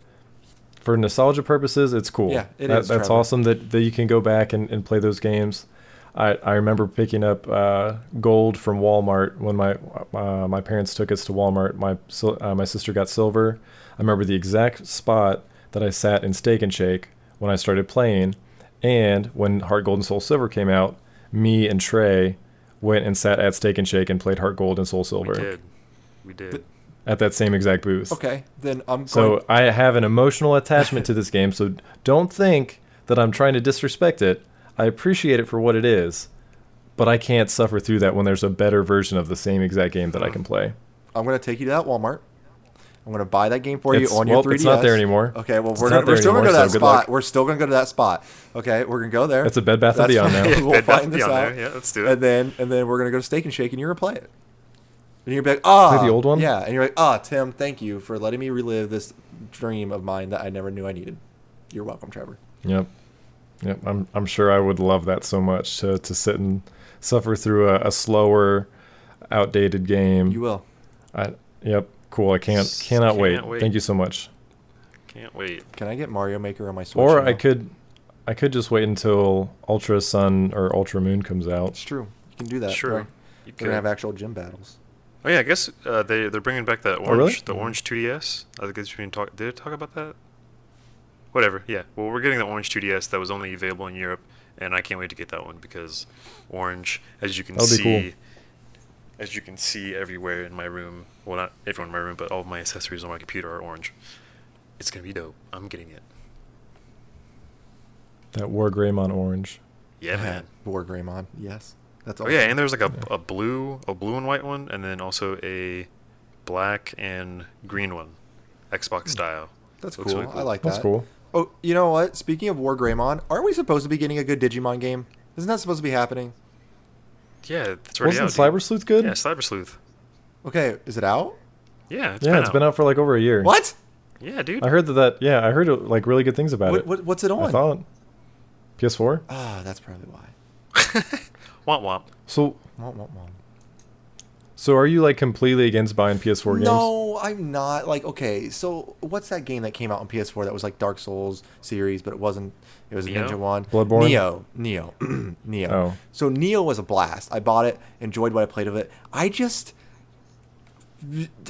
A: for nostalgia purposes, it's cool.
C: Yeah, it
A: that,
C: is,
A: That's
C: Trevor.
A: awesome that, that you can go back and, and play those games. I, I remember picking up uh, gold from Walmart when my uh, my parents took us to Walmart. My sil- uh, my sister got silver. I remember the exact spot that I sat in Steak and Shake when I started playing, and when Heart Gold and Soul Silver came out, me and Trey went and sat at Steak and Shake and played Heart Gold and Soul
B: We
A: Silver
B: did. We did.
A: at that same exact booth.
C: Okay, then I'm going.
A: So I have an emotional attachment to this game, so don't think that I'm trying to disrespect it. I appreciate it for what it is, but I can't suffer through that when there's a better version of the same exact game that I can play.
C: I'm going to take you to that Walmart. I'm going to buy that game for
A: It's-
C: you on your
A: well,
C: 3DS.
A: it's not there anymore.
C: Okay, well,
A: It's
C: we're,
A: not
C: gonna, we're
A: there
C: still going to go
A: anymore,
C: to that
A: so good
C: spot.
A: luck.
C: We're still going to go to that spot. Okay, we're going to go there.
A: It's a Bed Bath and
C: That's
A: Beyond
C: fine.
A: now.
C: we'll
B: Bed Bath
C: find
B: and
C: this
B: Beyond
C: out.
B: there. Yeah, let's do it.
C: And then, and then we're going to go to Steak and Shake, and you're going to play it. And you're gonna be like, ah,
A: Play the old one?
C: Yeah, and you're like, ah, Tim, thank you for letting me relive this dream of mine that I never knew I needed. You're welcome, Trevor.
A: Yep. Yep. I'm I'm sure I would love that so much to to sit and suffer through a, a slower, outdated game.
C: You will.
A: I yep. Cool. I can't
B: S-
A: cannot
B: can't
A: wait.
B: wait.
A: Thank you so much.
B: Can't wait.
C: Can I get Mario Maker on my Switch?
A: Or
C: now?
A: I could I could just wait until Ultra Sun or Ultra Moon comes out.
C: It's true. You can do that.
B: Sure.
C: Right?
B: You
C: We're gonna have
B: could.
C: actual gym battles.
B: Oh yeah, I guess uh, they they're bringing back that orange
A: Oh, really?
B: the orange 2ds. I think it's been talk. Did it talk about that? Whatever. Yeah. Well, we're getting the orange 2ds that was only available in Europe, and I can't wait to get that one because orange, as you can
A: That'll be
B: see,
A: cool.
B: as you can see everywhere in my room. Well, not everyone in my room, but all of my accessories on my computer are orange. It's gonna be dope. I'm getting it.
A: That War Greymon Orange.
B: Yeah, man.
C: War Greymon. Yes. That's
B: Oh
C: all.
B: yeah, and there's like a, a blue, a blue and white one, and then also a black and green one,
A: Hmm.
B: Xbox style.
C: That's cool.
B: Looks really
C: I like
A: That's
C: that.
A: cool.
C: Oh, you know what? Speaking of War Greymon, aren't we supposed to be getting a good Digimon game? Isn't that supposed to be happening?
B: Yeah, it's already
A: Wasn't
B: out. dude.
A: Cyber Sleuth good?
B: Yeah, Cyber Sleuth.
C: Okay, is it out?
B: Yeah, it's
A: yeah,
B: been
A: it's
B: out.
A: been out for like over a year.
C: What?
B: Yeah, dude.
A: I heard that, that yeah, I heard like really good things about
C: what,
A: it.
C: what what's it on?
A: I thought PS4.
C: Ah, that's probably why.
B: womp womp.
A: So
C: Womp, womp, womp.
A: so are you like completely against buying PS4 games?
C: No, I'm not. Like, okay, so what's that game that came out on PS4 that was like Dark Souls series, but it wasn't? It was a
B: Neo?
C: Ninja one.
A: Bloodborne?
C: Neo. Neo. Neo.
A: Oh.
C: So Neo was a blast. I bought it, enjoyed what I played of it. I just,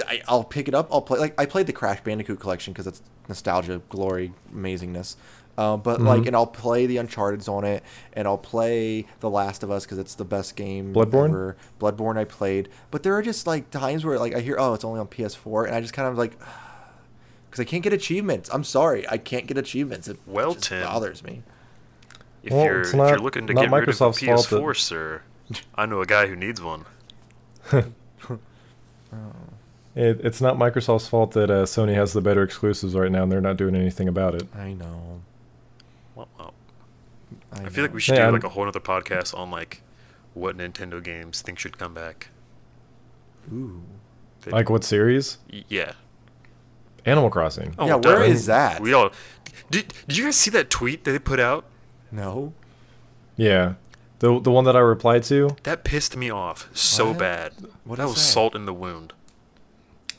C: I, I'll pick it up. I'll play. Like, I played the Crash Bandicoot collection because it's nostalgia, glory, amazingness. Uh, but like, and I'll play the Uncharted's on it, and I'll play The Last of Us because it's the best game
A: Bloodborne?
C: ever. Bloodborne I played, but there are just like times where like I hear, oh, it's only on PS4, and I just kind of like, because I can't get achievements. I'm sorry, I can't get achievements. It
B: Well,
C: just
B: Tim.
C: bothers me.
B: If,
A: Well,
B: you're,
A: it's
B: if
A: not-
B: you're looking to
A: not
B: get rid of a
A: Microsoft's fault
B: PS4,
A: that-
B: sir, I know a guy who needs one.
A: It, it's not Microsoft's fault that uh, Sony has the better exclusives right now, and they're not doing anything about it.
C: I know.
B: Womp womp.
C: I,
B: I feel like
C: know.
B: we should
A: Yeah,
B: do
A: I'm-
B: like a whole other podcast on like what Nintendo games think should come back.
C: Ooh.
B: They-
A: Like what series?
B: y- yeah.
A: Animal Crossing.
B: Oh,
C: yeah,
B: duh.
C: where is that?
B: We all did. Did you guys see that tweet that they put out?
C: no.
A: Yeah, the the one that I replied to,
B: That pissed me off so
C: What?
B: bad.
C: What
B: that
C: is
B: was
C: that?
B: salt in the wound.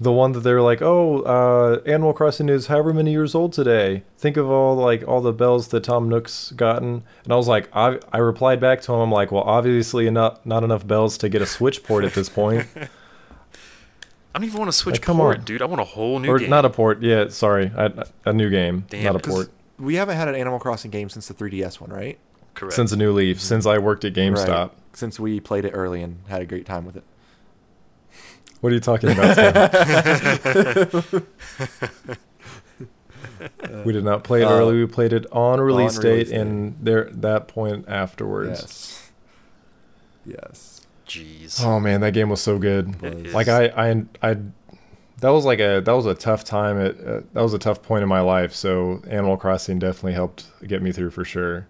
A: the one that they were like, "Oh, uh, Animal Crossing is however many years old today. Think of all like all the bells that Tom Nook's gotten." And I was like, I I replied back to him. I'm like, "Well, obviously not not enough bells to get a Switch port at this point,
B: I don't even want to switch
A: come
B: port,
A: on.
B: dude. I want a whole new
A: or
B: game.
A: not a port. Yeah, sorry, I, a new game,
B: Damn
A: not a
B: it. 'Cause
A: port."
C: We haven't had an Animal Crossing game since the 3DS one, right?
B: Correct.
A: Since a new leaf, since I worked at GameStop.
C: Right. Since we played it early and had a great time with it.
A: What are you talking about? Tim? we did not play it
C: Uh,
A: early. We played it on release
C: release
A: date, and there that point afterwards.
C: Yes. Yes.
B: Jeez.
A: Oh man, that game was so good.
B: It
A: Like
B: is.
A: I, I, I, that was like a that was a tough time. At, uh, that was a tough point in my life. So Animal Crossing definitely helped get me through for sure.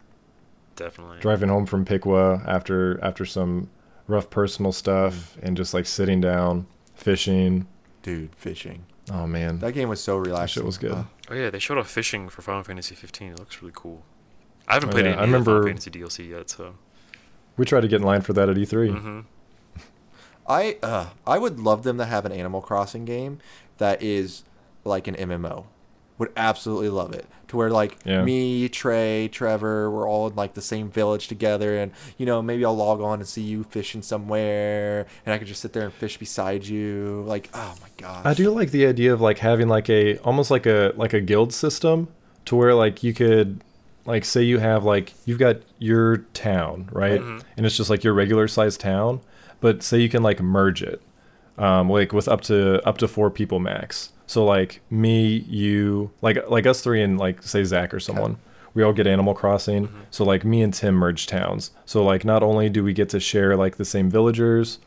B: Definitely.
A: Driving home from Piqua after after some rough personal stuff, and just like sitting down, fishing.
C: Dude, fishing.
A: Oh man,
C: That uh, game was so relaxing.
A: shit was good.
C: Ugh.
B: Oh yeah, they showed off fishing for Final Fantasy 15. It looks really cool. I haven't
A: Oh,
B: played
A: yeah,
B: any
A: I
B: of the Final
A: remember-
B: Fantasy DLC yet, so Mm-hmm.
A: we tried to get in line for that at E E3.
C: I uh, I would love them to have an Animal Crossing game that is like an MMO. Would absolutely love it to where like
A: Yeah.
C: me, Trey, Trevor, we're all in like the same village together, and you know maybe I'll log on and see you fishing somewhere, and I could just sit there and fish beside you. Like oh my god,
A: I do like the idea of like having like a almost like a like a guild system to where like you could like say you have like you've got your town, right? And it's just like your regular sized town, but say you can like merge it, um, like with up to up to four people max. So like me, you, like like us three, and like say Zach or someone. We all get Animal Crossing.
B: Mm-hmm.
A: So like me and Tim merge towns. So like not only do we get to share like the same villagers,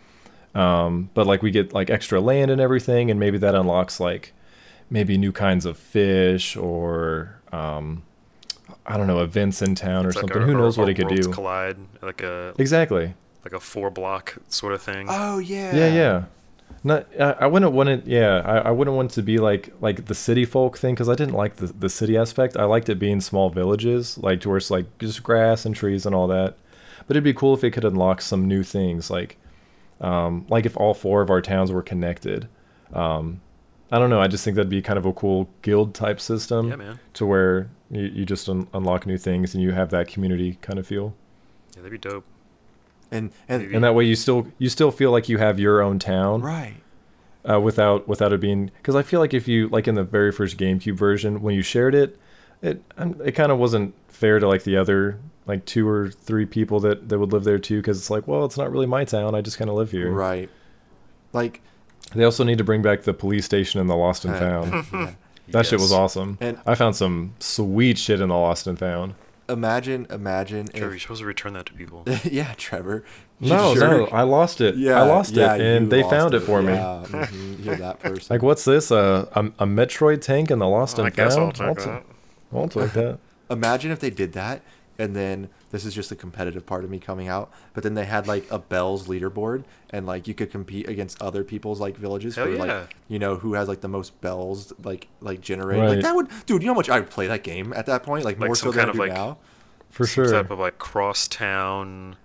A: um, but like we get like extra land and everything, and maybe that unlocks like maybe new kinds of fish or um, I don't know events in town
B: It's
A: or
B: like
A: something.
B: a-
A: Who
B: a-
A: knows
B: a
A: what it could
B: worlds
A: do?
B: Collide, like a
A: exactly.
B: like a four block sort of thing.
A: Um,
C: Oh yeah.
A: Yeah, yeah. Not, I, I wouldn't want it. Yeah, I, I wouldn't want it to be like like the city folk thing because I didn't like the, the city aspect. I liked it being small villages, like to where it's like just grass and trees and all that. But it'd be cool if it could unlock some new things, like um, like if all four of our towns were connected. Um, I don't know. I just think that'd be kind of a cool guild type system
B: Yeah, man.
A: to where you, you just un- unlock new things and you have that community kind of feel.
B: Yeah, that'd be dope.
C: And and,
A: And that way you still you still feel like you have your own town.
C: right.
A: uh, without without it being because I feel like if you like in the very first GameCube version when you shared it, it um, it kind of wasn't fair to like the other like two or three people that that would live there too because it's like well it's not really my town I just kind of live here.
C: Right. Like
A: They also need to bring back the police station in the Lost and
C: Uh,
A: Found.
C: yeah.
A: That shit was
B: Yes.
A: awesome.
C: And-
A: I found some sweet shit in the Lost and Found.
C: imagine imagine
B: Trevor, you're
C: if,
B: supposed to return that to people.
C: Yeah, Trevor. You
A: No, no,
C: jerk.
A: I lost it.
C: yeah,
A: I lost
C: yeah,
A: it, and
C: you
A: they
C: lost
A: found it, for me.
C: Yeah, mhm, You're that person.
A: Like, what's this? Uh, a, a Metroid tank in the Lost
B: I
A: and
B: guess I'll
A: Found?
B: take
A: ta-
B: that.
A: I'll take that.
C: imagine if they did that and then this is just the competitive part of me coming out but then they had like a bells leaderboard and like you could compete against other people's like villages
B: Hell
C: for
B: yeah.
C: like you know who has like the most bells like like generated like
A: Right.
C: that would dude you know how much i would play that game at that point like,
B: Like
C: more
B: some
C: so than
B: kind
C: I
B: of,
C: do
B: like-
C: now
A: For sure.
B: Type of like cross town,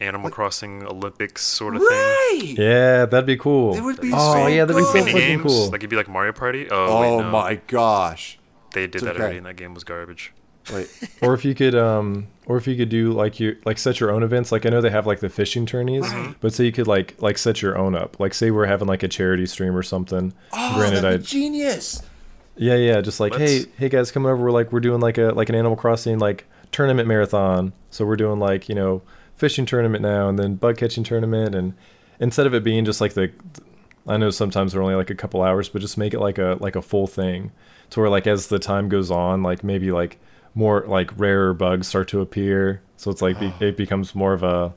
B: Animal Crossing Olympics sort of thing.
C: right
A: Yeah, that'd be cool.
C: It would be
A: Oh
C: so
A: yeah, that'd be
C: good.
A: so
B: Mini
A: fucking
B: games,
A: cool.
B: like it'd be like Mario Party. Oh,
C: oh
B: wait, no.
C: my gosh
B: They did
C: It's
B: that
C: okay.
B: already, and that game was garbage.
C: wait
A: or if you could, um, or if you could do like you like set your own events. Like I know they have like the fishing tourneys,
C: Mm-hmm.
A: but say you could like like set your own up. Like say we're having like a charity stream or something.
C: oh
A: Granted,
C: that'd
A: I
C: be genius
A: yeah yeah just like
B: Let's-
A: hey hey guys come over. We're like we're doing like a like an Animal Crossing like tournament marathon. So we're doing like you know fishing tournament now and then bug catching tournament and instead of it being just like the I know sometimes they're only like a couple hours, but just make it like a like a full thing to where like as the time goes on, like maybe like more like rarer bugs start to appear. So it's like be, it becomes more of a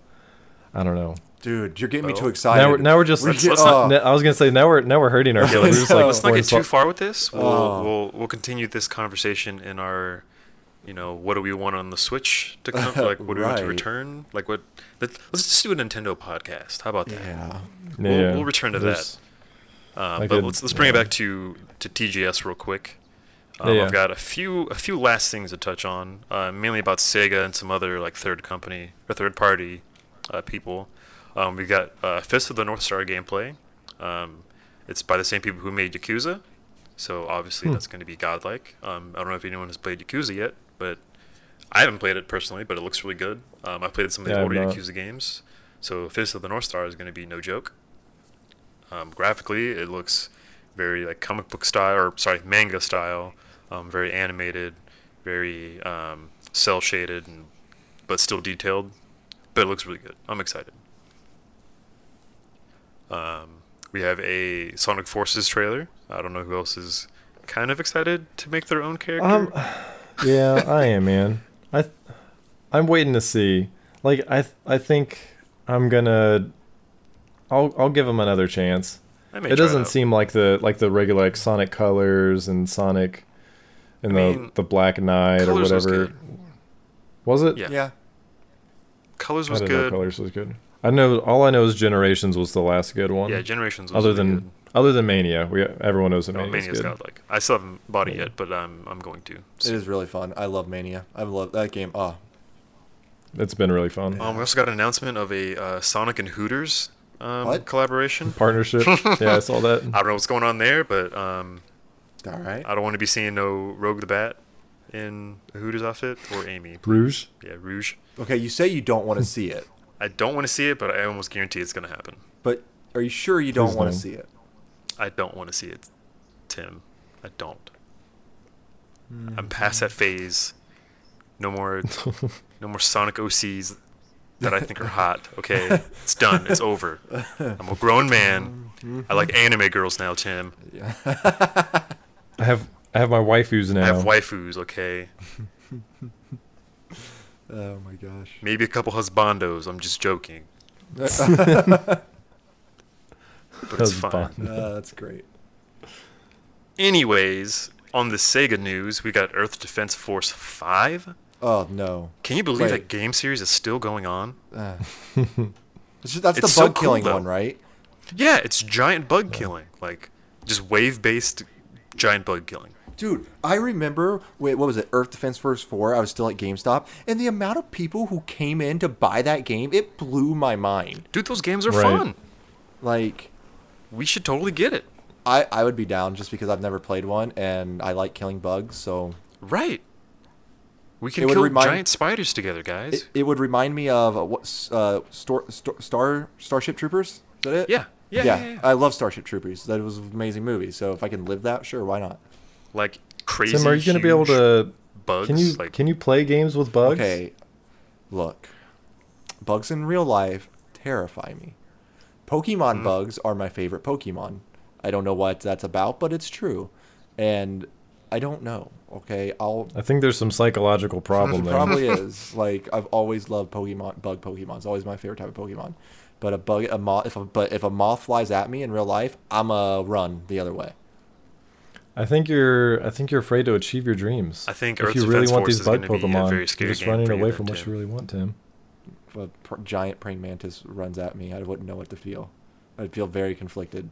A: I don't know.
C: dude you're getting me too
B: Well,
C: excited
A: Now we're now we're just
C: We're
B: let's
C: get-
B: not-
C: oh.
A: now- I was gonna say now we're now we're hurting
B: Yeah,
A: ourselves.
B: let's,
A: We're just, like,
B: let's not
A: pouring
B: get too
A: salt-
B: far with this. We'll,
C: Oh.
B: we'll we'll continue this conversation in our, you know, what do we want on the Switch to come? Like, what do we want to
C: Right.
B: return? Like, what? Let, let's just do a Nintendo podcast. How about that?
C: yeah
B: We'll,
A: Yeah.
B: we'll return to
A: There's-
B: that. Um,
A: like
B: but
A: a-
B: let's let's bring it
A: yeah.
B: back to to TGS real quick. Um,
A: Yeah, yeah.
B: I've got a few a few last things to touch on, uh, mainly about Sega and some other like third company or third party uh, people. Um, we got uh, Fist of the North Star gameplay. Um, it's by the same people who made Yakuza, so obviously
A: Hmm.
B: that's going to be godlike. Um, I don't know if anyone has played Yakuza yet, but I haven't played it personally, but it looks really good. Um, I played some of the
A: Yeah, I've
B: older
A: not.
B: Yakuza games, so Fist of the North Star is going to be no joke. Um, graphically, it looks very like comic book style, or sorry, manga style. Um, very animated, very um, cell shaded, and but still detailed. But it looks really good. I'm excited. Um, we have a Sonic Forces trailer. I don't know who else is kind of excited to make their own character.
A: Um, yeah, I am, man. I, th- I'm waiting to see. Like, I, th- I think I'm gonna. I'll, I'll give him another chance.
B: I may
A: It
B: try
A: doesn't
B: out.
A: seem like the like the regular like Sonic Colors and Sonic, and
B: I
A: the
B: mean,
A: the Black Knight or
B: Colors was
A: whatever.
B: good.
A: Was, it?
B: Yeah.
C: yeah
B: Colors
A: I
B: was
A: didn't know
B: good.
A: Colors was good. I know all I know is Generations was the last good one.
B: Yeah, Generations was
A: other
B: really
A: than
B: good.
A: other than Mania, we everyone knows that
B: No,
A: Mania's,
B: Mania's
A: good.
B: godlike. I still haven't bought it yet, but I'm I'm going to.
C: it
B: So.
C: is really fun i love mania i love that game oh
A: It's been really fun.
B: Um, we also got an announcement of a uh, Sonic and Hooters um,
C: What?
B: collaboration.
A: Partnership. yeah, I saw that.
B: I don't know what's going on there, but um,
C: all right
B: I don't want to be seeing no Rogue the Bat in a Hooters outfit or Amy.
A: Bruges.
B: Yeah, Rouge.
C: Okay, you say you don't want to see it,
B: I don't want to see it, but I almost guarantee it's going to happen.
C: but are you sure you don't
A: Please
C: want to
A: don't.
C: see it?
B: I don't want to see it, Tim. I don't. I'm past that phase. No more, no more Sonic OCs. that I think are hot. Okay, it's done. It's over. I'm a grown man. I like anime girls now, Tim.
C: Yeah.
A: I have I have my waifus now.
B: I have waifus. Okay,
C: oh my gosh.
B: maybe a couple husbandos. I'm just joking, but it's fun.
A: Husband.
C: Uh, that's great.
B: Anyways, on the Sega news, we got Earth Defense Force Five.
C: Oh no.
B: Can you believe
C: Wait.
B: that game series is still going on?
C: Uh. It's just- that's
B: It's
C: the
B: so
C: bug
B: cool,
C: killing
B: though.
C: one, right?
B: Yeah, it's giant bug killing, like just wave based giant bug killing.
C: Dude, I remember wait, what was it? Earth Defense Force 4. I was still at GameStop, and the amount of people who came in to buy that game, it blew my mind.
B: Dude, those games are
A: Right.
B: fun.
C: Like
B: We should totally get it.
C: I, I would be down just because I've never played one and I like killing bugs, so
B: Right. We can
C: It would
B: kill
C: remind-
B: giant spiders together, guys.
C: it, it would remind me of uh, what s- uh, star, star, star Starship Troopers. Is that it?
B: Yeah. Yeah, yeah, yeah.
C: I love Starship Troopers. That was an amazing movie. So if I can live that, sure, why not?
B: like crazy.
A: Tim, are you going to be able
B: huge
A: to?
B: bugs?
A: Can you
B: like
A: can you play games with bugs?
C: Okay, look, bugs in real life terrify me. Pokemon
B: Hmm.
C: bugs are my favorite Pokemon. I don't know what that's about, but it's true, and I don't know. Okay, I'll
A: I think there's some psychological problem
C: It
A: there.
C: probably is. Like I've always loved Pokemon, bug Pokemon. It's always my favorite type of Pokemon. But a bug, a moth. If a, but if a moth flies at me in real life, I'm a run the other way.
A: I think you're I think you're afraid to achieve your dreams.
B: I think
A: if
B: Earth's
A: you really
B: Defense
A: want
B: Force
A: these
B: is
A: bug
B: gonna be a
A: Pokemon,
B: very
A: you're
B: scary
A: just
B: game
A: running
B: for you
A: away
B: then,
A: from what
B: Tim.
A: you really want, Tim.
C: If a pr- giant praying mantis runs at me, I wouldn't know what to feel. I'd feel very conflicted.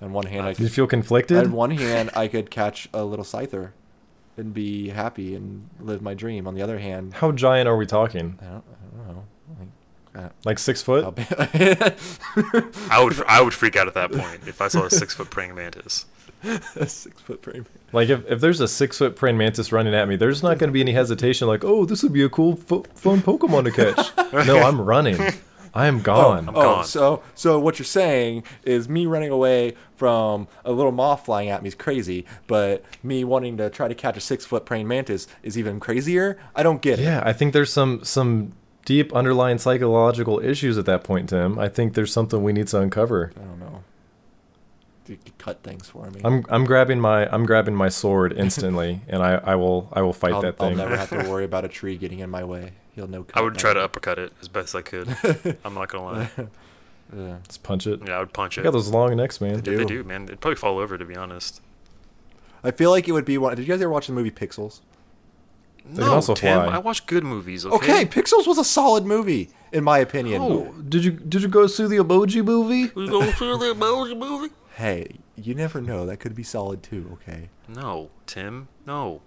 C: On one hand, I
A: Do you
C: could,
A: feel conflicted?
C: on one hand, I could catch a little scyther, and be happy and live my dream. On the other hand,
A: How giant are we talking?
C: I don't, I don't know. Like,
A: Like six foot?
C: I'll be-
B: I would I would freak out at that point if I saw a six foot praying mantis.
C: a six foot praying mantis.
A: Like if, if there's a six foot praying mantis running at me, there's not going to be any hesitation. Like, oh, this would be a cool fo- fun Pokemon to catch. no, I'm running. I am gone.
B: I'm- gone.
C: Oh, so so what you're saying is me running away from a little moth flying at me is crazy, but me wanting to try to catch a six foot praying mantis is even crazier. I don't get it.
A: Yeah, I think there's some some deep underlying psychological issues at that point, Tim. I think there's something we need to uncover.
C: I don't know. You could cut things for me.
A: I'm I'm grabbing my I'm grabbing my sword instantly, and I, I will I will fight
C: I'll,
A: that
C: I'll
A: thing.
C: never have to worry about a tree getting in my way. He'll no.
B: I would try to uppercut it as best I could. I'm not gonna lie.
C: Yeah.
A: Let's punch it.
B: Yeah, I would punch it.
A: Check out those long necks, man.
B: Yeah,
C: do.
B: they do, man. They'd probably fall over to be honest.
C: I feel like it would be one. Did you guys ever watch the movie Pixels?
B: No,
A: also
B: Tim,
A: fly.
B: I watch good movies.
C: Okay,
B: Okay.
C: Pixels was a solid movie in my opinion.
B: Oh.
A: Did you did you go see the emoji movie?
B: We go through the emoji movie.
C: Hey, you never know. That could be solid too. Okay.
B: No, Tim. No.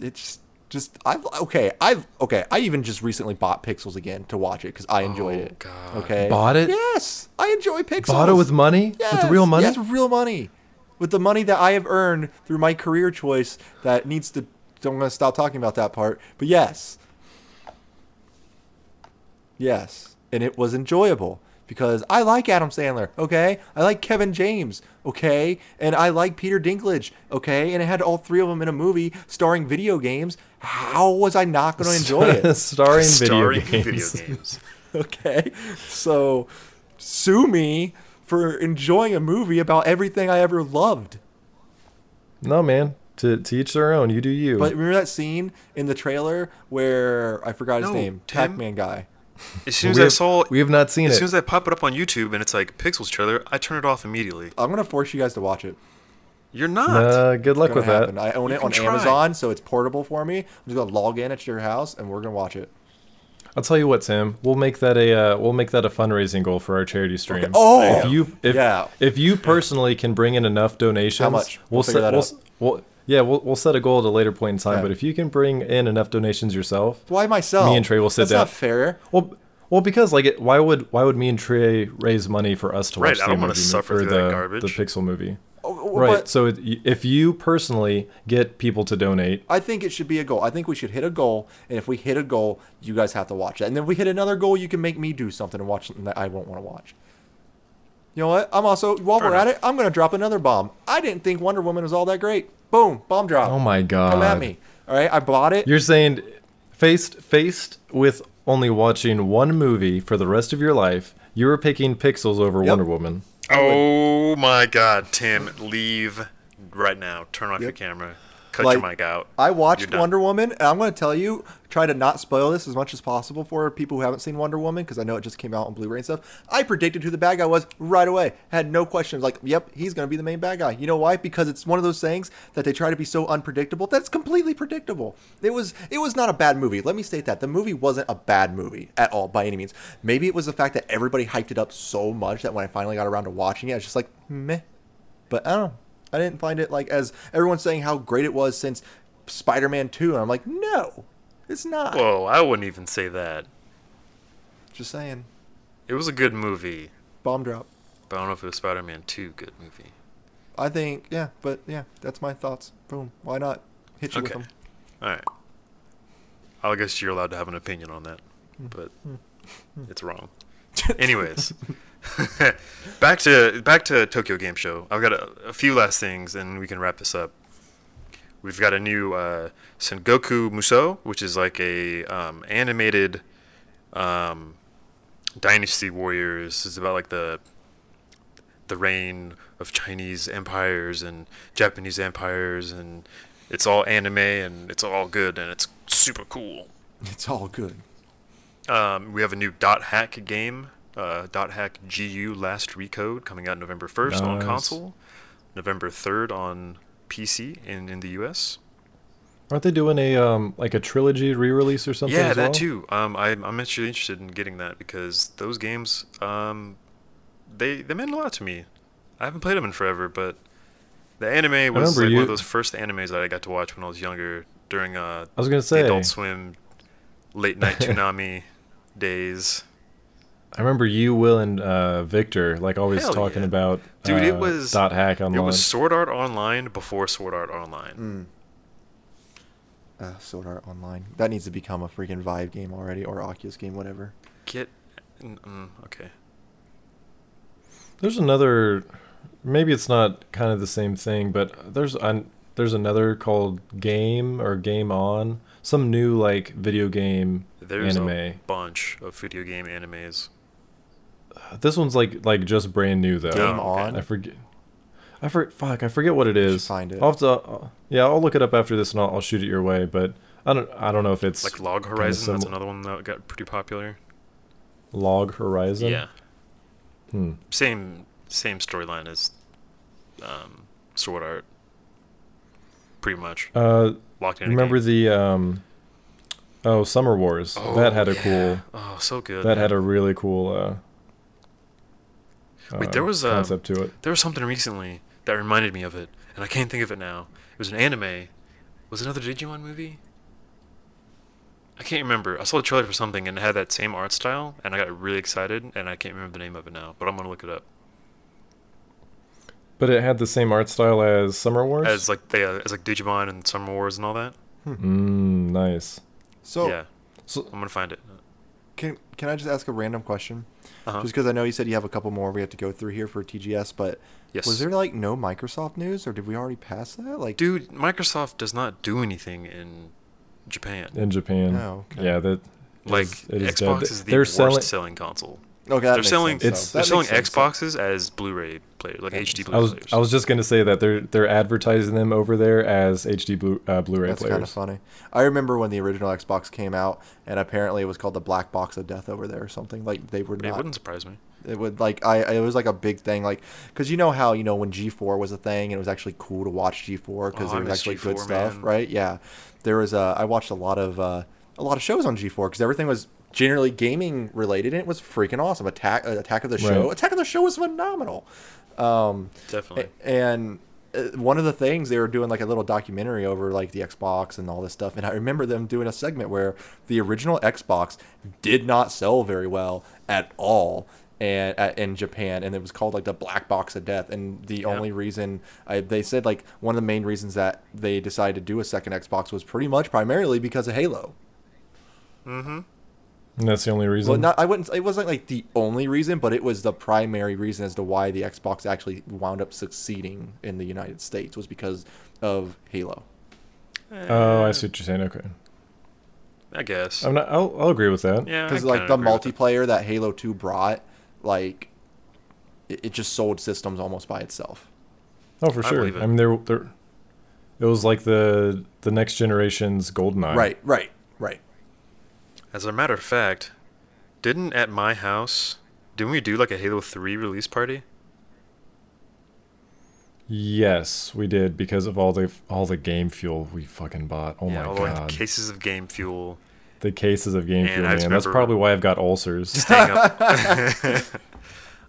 C: it's just I've okay I've okay I even just recently bought Pixels again to watch it because I enjoyed
B: Oh,
C: it.
B: God.
C: Okay,
A: Bought it?
C: Yes, I enjoy Pixels.
A: Bought it with money?
C: Yes,
A: With real money?
C: Yes, with real money, with the money that I have earned through my career choice that needs to. I'm gonna stop talking about that part, but yes, yes, and it was enjoyable because I like Adam Sandler. Okay, I like Kevin James. Okay, and I like Peter Dinklage. Okay, and it had all three of them in a movie starring video games. How was I not gonna enjoy it?
A: Starring video
B: Starring
A: games.
B: video games.
C: okay. So sue me for enjoying a movie about everything I ever loved.
A: No, man. To, to each their own. You do you.
C: But remember that scene in the trailer where I forgot his
B: No,
C: name,
B: Tim.
C: Pac-Man guy.
B: As soon as
A: we,
B: I
A: have,
B: saw,
A: we have not seen
B: as
A: it.
B: soon as I pop it up on YouTube and it's like Pixels trailer, I turn it off immediately.
C: I'm gonna force you guys to watch it.
B: You're not.
A: uh, good luck
C: It's
A: with
C: gonna happen.
A: that.
C: I own
B: You
C: it
B: can
C: on
B: try.
C: Amazon, so it's portable for me. I'm just gonna log in at your house and we're gonna watch it.
A: I'll tell you what, Tim. We'll make that a uh, we'll make that a fundraising goal for our charity stream.
C: Oh!
A: if you if,
C: Yeah.
A: if you personally can bring in enough donations,
C: How much?
A: We'll,
C: We'll figure
A: set
C: that
A: we'll,
C: out.
A: s- we'll yeah we'll, we'll set a goal at a later point in time.
C: Okay.
A: But if you can bring in enough donations yourself,
C: Why myself?
A: Me and Trey will sit
C: That's
A: down.
C: not fair.
A: Well, well, because like, it, why would why would me and Trey raise money for us to
B: Right,
A: watch
B: I
A: the
B: don't wanna
A: emoji mo-
B: suffer
A: or
B: through
A: the,
B: that garbage.
A: the Pixel movie?
C: Oh, oh,
A: right.
C: but-
A: So it, if you personally get people to donate,
C: I think it should be a goal. I think we should hit a goal, and if we hit a goal, you guys have to watch that. And then if we hit another goal, you can make me do something and watch something that I won't want to watch. You know what? I'm also while
B: Fair
C: we're at
B: enough.
C: it, I'm gonna drop another bomb. I didn't think Wonder Woman was all that great. Boom, bomb drop.
A: oh my god,
C: Come at me. All right, I bought it.
A: You're saying faced faced with only watching one movie for the rest of your life, you were picking Pixels over
C: Yep.
A: Wonder Woman.
B: Oh my God, Tim, leave right now. Turn off your
C: Yep.
B: camera. Cut your
C: Like,
B: mic out.
C: I
B: You're
C: watched
B: done.
C: Wonder Woman, and I'm going to tell you, try to not spoil this as much as possible for people who haven't seen Wonder Woman, because I know it just came out on Blu-ray and stuff. I predicted who the bad guy was right away. I had no questions. Like, yep, he's going to be the main bad guy. You know why? Because it's one of those things that they try to be so unpredictable that's completely predictable. It was it was not a bad movie. Let me state that the movie wasn't a bad movie at all by any means. Maybe it was the fact that everybody hyped it up so much that when I finally got around to watching it, I was just like, meh but I don't know. I didn't find it like as everyone's saying how great it was since Spider-Man 2 and I'm like, "No. It's not."
B: Whoa, I wouldn't even say that.
C: Just saying.
B: It was a good movie,
C: Bomb drop.
B: but I don't know if it was Spider-Man 2 good movie.
C: I think yeah, but yeah, that's my thoughts. Boom. Why not hit you
B: Okay.
C: with them?
B: All right. I guess you're allowed to have an opinion on that, but it's wrong. Anyways, back to back to Tokyo Game Show. I've got a, a few last things, and we can wrap this up. We've got a new uh, Sengoku Musou, which is like a um, animated um, Dynasty Warriors. It's about like the the reign of Chinese empires and Japanese empires, and it's all anime and it's all good and it's super cool.
C: It's all good.
B: Um, we have a new Dot Hack game, uh, Dot Hack GU Last Recode, coming out November 1st on
A: Nice.
B: console, November 3rd on PC in, in the US.
A: Aren't they doing a um like a trilogy re-release or something?
B: yeah,
A: as
B: that
A: well?
B: too. Um, I, I'm actually interested in getting that because those games, um, they they meant a lot to me. I haven't played them in forever, but the anime was
A: remember
B: like one
A: you-
B: of those first animes that I got to watch when I was younger during uh,
A: I was gonna
B: the
A: say.
B: Adult Swim late night tsunami days.
A: I remember you, Will, and uh, Victor like always
B: Hell
A: talking
B: yeah.
A: about
B: Dude, it
A: uh,
B: was-
A: dot hack online. Mm.
B: It was Sword Art Online before Sword Art Online.
C: Uh, Mm. Sword Art Online. That needs to become a freaking Vive game already or Oculus game whatever.
B: Get mm, mm, okay.
A: There's another. Maybe it's not kind of the same thing, but there's an, there's another called Game or Game On, some new like video game
B: There's a
A: anime.
B: bunch of video game animes.
A: This one's like like just brand new though.
C: Game
B: okay.
C: on.
A: I forget. I for, fuck. I forget what it is.
C: find it.
A: I'll have to, uh, yeah, I'll look it up after this and I'll, I'll shoot it your way. But I don't. I don't know if it's
B: Like Log Horizon, that's
A: simil-
B: another one that got pretty popular.
A: Log Horizon.
B: Yeah.
A: Hmm.
B: Same same storyline as um, Sword Art. Pretty much
A: Uh,
B: locked in. a
A: remember
B: game.
A: the um, oh Summer Wars.
B: Oh,
A: that had a
B: yeah.
A: cool.
B: Oh, so good.
A: That had a really cool. Uh,
B: Wait,
A: uh,
B: there was, uh,
A: concept to it.
B: There was something recently that reminded me of it, and I can't think of it now. It was an anime. It Was another Digimon movie? I can't remember. I saw the trailer for something and it had that same art style, and I got really excited, and I can't remember the name of it now. But I'm gonna look it up.
A: But it had the same art style as Summer Wars.
B: As like they, uh, as like Digimon and Summer Wars and all that.
A: mm, nice.
C: So,
B: yeah,
A: So-
B: I'm gonna find it.
C: can can I just ask a random question?
B: Uh-huh.
C: Just because I know you said you have a couple more we have to go through here for TGS, but
B: Yes.
C: was there like no Microsoft news or did we already pass that? Like
B: Dude, Microsoft does not do anything in Japan.
A: In Japan.
C: Oh, okay.
A: Yeah, that.
B: like
A: is- it is
B: Xbox
A: dead.
B: is the
A: They're
B: worst
A: selling-
B: selling console.
C: Okay, that
B: they're
C: Oh, makes
B: selling
C: sense,
A: It's-
C: though.
B: they're
C: That
B: selling
C: makes sense, though.
B: Xboxes as Blu-ray players, like HD Blu-ray
A: I was
B: players.
A: I was just gonna say that they're they're advertising them over there as HD Blu uh, Blu-ray
C: That's
A: players.
C: kind of funny. I remember when the original Xbox came out, and apparently it was called the Black Box of Death over there or something. Like they were
B: It
C: not.
B: wouldn't surprise me.
C: It would like I. It was like a big thing, like because you know how you know when G4 was a thing, and it was actually cool to watch G4
B: Oh, I
C: because there was
B: miss
C: actually good
B: G4,
C: stuff,
B: man.
C: right? Yeah, there was. Uh, I watched a lot of uh, a lot of shows on G4 because everything was generally gaming related, and it was freaking awesome. Attack, uh, Attack of the Show,
A: Right.
C: Attack of the Show was phenomenal. Um,
B: Definitely.
C: and uh, one of the things they were doing like a little documentary over like the Xbox and all this stuff, and I remember them doing a segment where the original Xbox did not sell very well at all. And, uh, in Japan, and it was called like the black box of death. And the only reason I, they said like one of the main reasons that they decided to do a second Xbox was pretty much primarily because of Halo.
A: And that's the only reason.
C: Well, not I wouldn't. It wasn't like the only reason, but it was the primary reason as to why the Xbox actually wound up succeeding in the United States was because of Halo.
A: oh, I see what you're saying. Okay.
B: I guess.
A: I'm not, I'll, I'll agree with that.
B: yeah, I
C: because like
B: kinda
C: the
B: agree with that.
C: multiplayer that Halo Two brought, like it, it just sold systems almost by itself.
A: Oh, for
B: I
A: sure.
B: believe it.
A: I mean, there, there, it was like the the next generation's Goldeneye.
C: Right, right, right.
B: As a matter of fact, didn't at my house, didn't we do like a Halo 3 release party?
A: Yes, we did because of all the all the game fuel we fucking bought. Oh
B: yeah,
A: my
B: all the
A: god,
B: cases of game fuel.
A: the cases of game
B: Man,
A: fuel,
B: I just
A: man. That's
B: remember-
A: probably why I've got ulcers.
B: Staying up.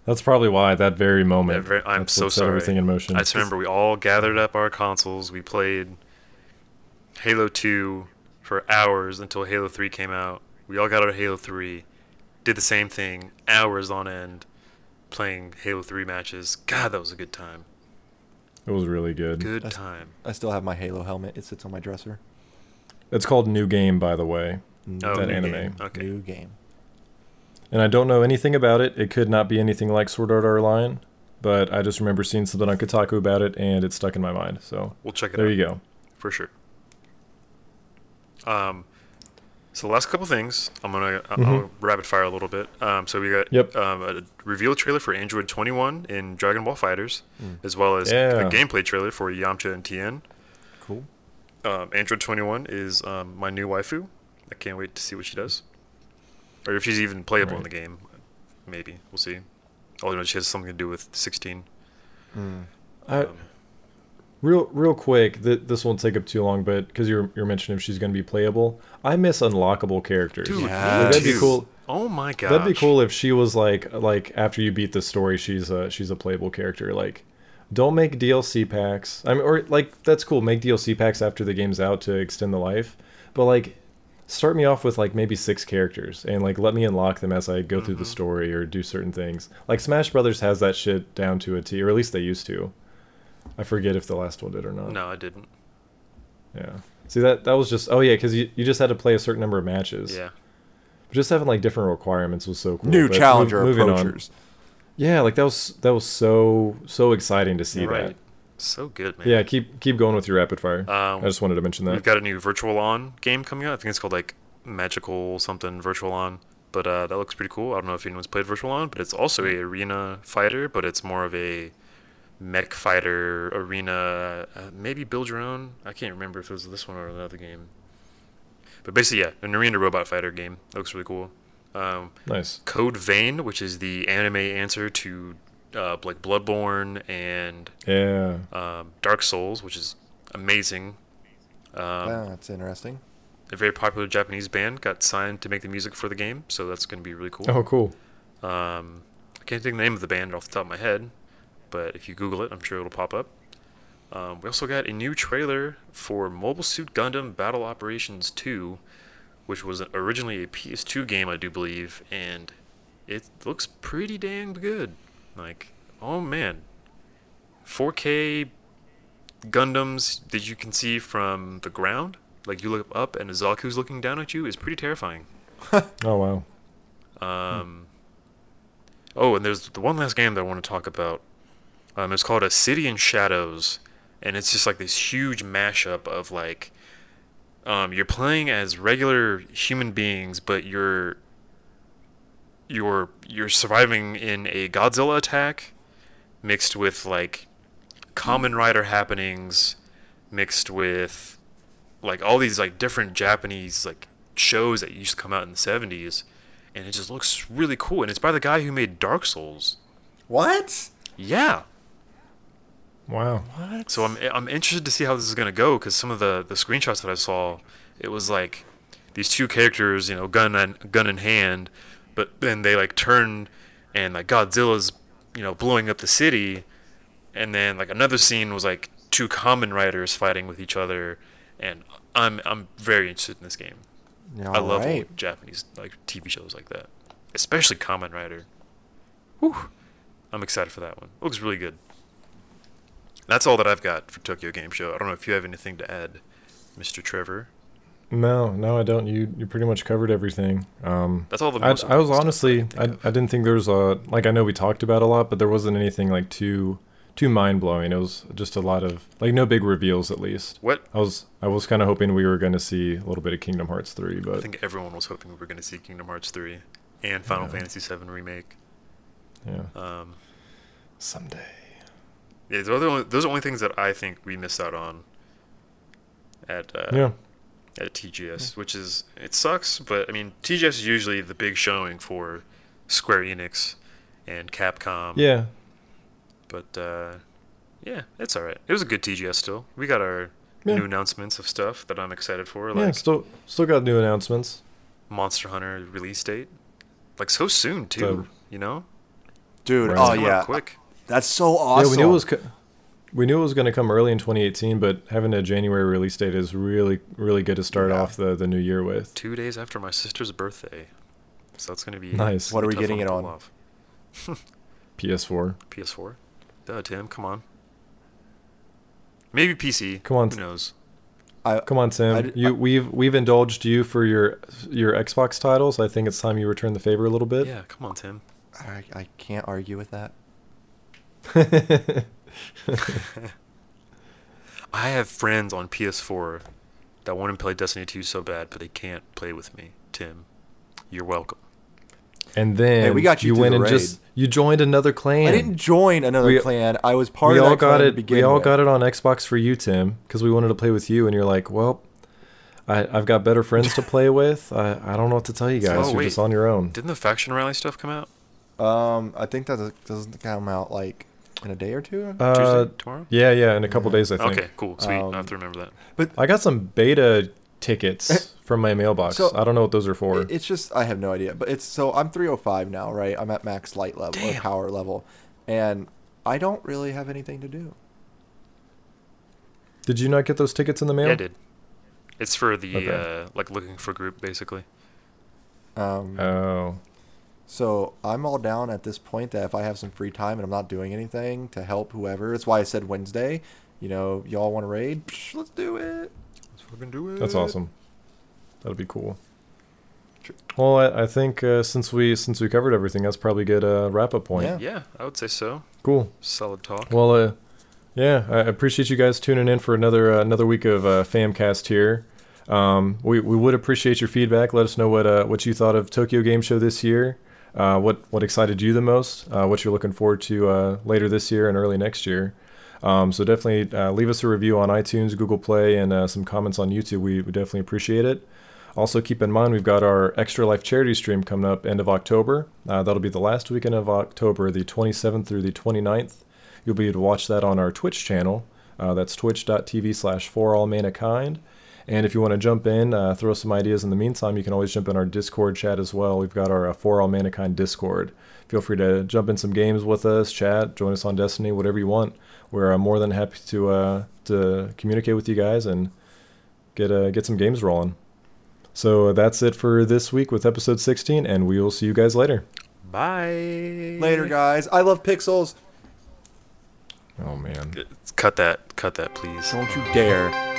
A: That's probably why at that very moment.
B: That ver- I'm
A: that's
B: so
A: what set
B: sorry.
A: Everything in motion.
B: I just remember we all gathered up our consoles. We played Halo 2 for hours until Halo 3 came out. We all got out of Halo 3, did the same thing, hours on end, playing Halo 3 matches. God, that was a good time.
A: it was really good.
B: Good
C: That's-
B: time.
C: I still have my Halo helmet. It sits on my dresser.
A: It's called New Game, by the way,
B: Oh,
A: that
B: new
A: anime.
B: game. Okay.
C: New game.
A: and I don't know anything about it. It could not be anything like Sword Art Online, but I just remember seeing something on Kotaku about it, and it stuck in my mind. So
B: We'll check it
A: there
B: out.
A: you go.
B: for sure. Um, so last couple things, I'm gonna I- I'll rapid fire a little bit. Um, so we got
A: Mm-hmm. Yep.
B: um, a reveal trailer for Android 21 in Dragon Ball Fighters, as well as
A: Mm. Yeah.
B: a gameplay trailer for Yamcha and Tien.
C: Cool.
B: Um, Android 21 is um, my new waifu. I can't wait to see what she does, or if she's even playable in
A: Right.
B: the game. Maybe we'll see. Although she has something to do with 16.
A: I,
B: Um,
A: real real quick, th- this won't take up too long, but because you're you're mentioning if she's going to be playable, I miss unlockable characters.
B: Dude,
C: Yeah.
B: me
A: Like, that'd be
B: too.
A: cool.
B: Oh my god,
A: That'd be cool if she was like like after you beat the story, she's a she's a playable character. Like, don't make DLC packs. I mean, or like that's cool. Make DLC packs after the game's out to extend the life. But like, start me off with like maybe six characters and like let me unlock them as I go through
B: Mm-hmm.
A: the story or do certain things. Like Smash Brothers has that shit down to a T, or at least they used to. I forget if the last one did or not.
B: No, I didn't.
A: Yeah. See that that was just oh yeah because you, you just had to play a certain number of matches.
B: Yeah.
A: Just having like different requirements was so cool.
C: New
A: But mov-
C: challenger
A: moving on.
C: approachers.
B: Um,
A: Yeah, like that was that was so so exciting to see
B: Right. So good,
A: that.
B: man.
A: Yeah, keep keep going with your rapid fire.
B: Um,
A: I just wanted to mention
B: We've
A: that.
B: got a new Virtual On game coming out. I think it's called like Magical something Virtual On, but uh, that looks pretty cool. I don't know if anyone's played Virtual On, but it's also a arena fighter, but it's more of a mech fighter arena. Uh, maybe build your own. I can't remember if it was this one or another game. But basically, yeah, an arena robot fighter game. Looks really cool. Um,
A: Nice.
B: Code Vein, which is the anime answer to uh, like Bloodborne and
A: Yeah.
B: um, Dark Souls, which is amazing. Um,
C: Ah, that's interesting.
B: a very popular Japanese band got signed to make the music for the game, so that's going to be really cool.
A: Oh, cool.
B: Um, I can't think of the name of the band off the top of my head, but if you Google it, I'm sure it'll pop up. Um, we also got a new trailer for Mobile Suit Gundam Battle Operations 2, which was originally a PS2 game, I do believe, and it looks pretty damn good. Like, oh man, 4K Gundams that you can see from the ground, like you look up and Azaku's looking down at you, is pretty terrifying.
A: Oh wow.
B: Um, oh, and there's the one last game that I want to talk about. Um, it's called A City in Shadows, and it's just like this huge mashup of like, um, you're playing as regular human beings, but you're you're you're surviving in a Godzilla attack, mixed with like, common Rider happenings, mixed with like all these like different Japanese like shows that used to come out in the 70s and it just looks really cool and it's by the guy who made Dark Souls.
C: What?
B: Yeah.
A: Wow.
C: What?
B: So I'm I'm interested to see how this is going to go cuz some of the the screenshots that I saw it was like these two characters, you know, gun and gun in hand, but then they like turn and like Godzilla's, you know, blowing up the city and then like another scene was like two common riders fighting with each other and I'm I'm very interested in this game. I love
C: Alright.
B: old Japanese like TV shows like that, especially Kamen Rider. Whew. I'm excited for that one. Looks really good. That's all that I've got for Tokyo Game Show. I don't know if you have anything to add, Mr. Trevor.
A: No, no, I don't. You you pretty much covered everything. Um,
B: That's all the.
A: I,
B: most
A: I was
B: important stuff
A: honestly
B: can
A: I,
B: think
A: I
B: of.
A: didn't think there was a like I know we talked about a lot, but there wasn't anything like too too mind blowing. It was just a lot of like no big reveals at least.
B: What
A: I was I was kind of hoping we were going to see a little bit of Kingdom Hearts three,
B: I
A: but
B: think everyone was hoping we were going to see Kingdom Hearts 3 and Final
A: Yeah.
B: Fantasy 7 remake.
A: yeah,
B: Um,
A: someday.
B: yeah, those are, the only, those are the only things that I think we missed out on at uh,
A: yeah,
B: at TGS, which is it sucks, but I mean TGS is usually the big showing for Square Enix and Capcom.
A: yeah.
B: But uh, yeah, it's all right. It was a good TGS still. We got our
A: Yeah.
B: new announcements of stuff that I'm excited for,
A: yeah,
B: like
A: still still got new announcements.
B: Monster Hunter release date, like so soon too.
A: So-
B: you know,
C: dude.
A: Right.
C: Oh
B: Coming up
C: yeah,
B: quick.
C: that's so awesome.
A: Yeah, we knew it was co- we knew it was going to come early in 2018, but having a January release date is really really good to start
C: Yeah.
A: off the the new year with.
B: Two days after my sister's birthday, so that's gonna be
A: Nice.
B: gonna be
C: What are we
B: tough
C: getting
B: one
C: it
B: to
C: on?
B: pull off.
A: PS4.
B: PS4. Duh, Tim, come on. Maybe PC.
A: Come on,
B: Who
A: Tim.
B: knows?
C: I,
A: Come on, Tim.
C: I d-
A: you
C: I-
A: we've we've indulged you for your your Xbox titles. I think it's time you return the favor a little bit.
B: Yeah, come on, Tim.
C: I, I can't argue with that.
B: I have friends on PS4 that want to play Destiny 2 so bad, but they can't play with me. Tim, you're welcome.
A: and then
C: Hey, we got you through
A: went
C: the
A: and
C: raid.
A: just you joined another clan.
C: I didn't join another
A: We-
C: clan. I was part
A: we
C: of that
A: all got
C: clan to
A: it.
C: begin
A: We all
C: with.
A: got it on Xbox for you, Tim, because we wanted to play with you, and you're like, well. I, I've got better friends to play with. I, I don't know what to tell you guys.
B: Oh,
A: You're
B: wait.
A: just on your own.
B: Didn't the faction rally stuff come out
C: Um, I think that doesn't- doesn't come out like in a day or two.
A: Uh,
B: Tuesday tomorrow?
A: yeah, yeah, in a couple days, I think.
B: Okay, cool, sweet.
C: Um,
B: I have to remember that.
C: but
A: I got some beta tickets from my mailbox.
C: Eh. So- Eh,
A: I don't know what those are for.
C: It- It's just I have no idea. But it's so I'm 305 now, right? I'm at max light level or
B: Damn.
C: power level, and I don't really have anything to do.
A: Did you not get those tickets in the mail?
B: Yeah, I did. It's for the
A: Okay.
B: uh, like looking for group basically.
C: Um,
A: Oh,
C: so I'm all down at this point that if I have some free time and I'm not doing anything to help whoever, that's why I said Wednesday. You know, y'all want to raid? Psh, let's do it.
B: Let's fucking do it.
C: Eh.
A: that's awesome. That'll be cool.
C: Sure.
A: Well, I, I think uh, since we since we covered everything, that's probably a good uh, wrap up point.
C: Yeah.
B: Yeah, I would say so.
A: Cool.
B: Solid talk.
A: Well, uh, yeah, I appreciate you guys tuning in for another uh, another week of uh, Famcast here. Um, we, we would appreciate your feedback. Let us know what uh, what you thought of Tokyo Game Show this year. Uh, what what excited you the most? Uh, what you're looking forward to uh, later this year and early next year. Um, so definitely uh, leave us a review on iTunes, Google Play, and uh, some comments on YouTube. We would definitely appreciate it. Also, keep in mind we've got our Extra Life charity stream coming up end of October. Uh, that'll be the last weekend of October, the 27th through the 29th. You'll be able to watch that on our Twitch channel. Uh, that's twitch.tv slash for all mankind. And if you want to jump in, uh, throw some ideas in the meantime, you can always jump in our Discord chat as well. We've got our uh, For All Mankind Discord. Feel free to jump in some games with us, chat, join us on Destiny, whatever you want. We're uh, more than happy to uh, to communicate with you guys and get uh, get some games rolling. So uh, that's it for this week with episode 16, and we will see you guys later.
B: Bye.
C: Later, guys. I love pixels.
A: Oh man.
B: Cut that. Cut that, please.
C: Don't you dare.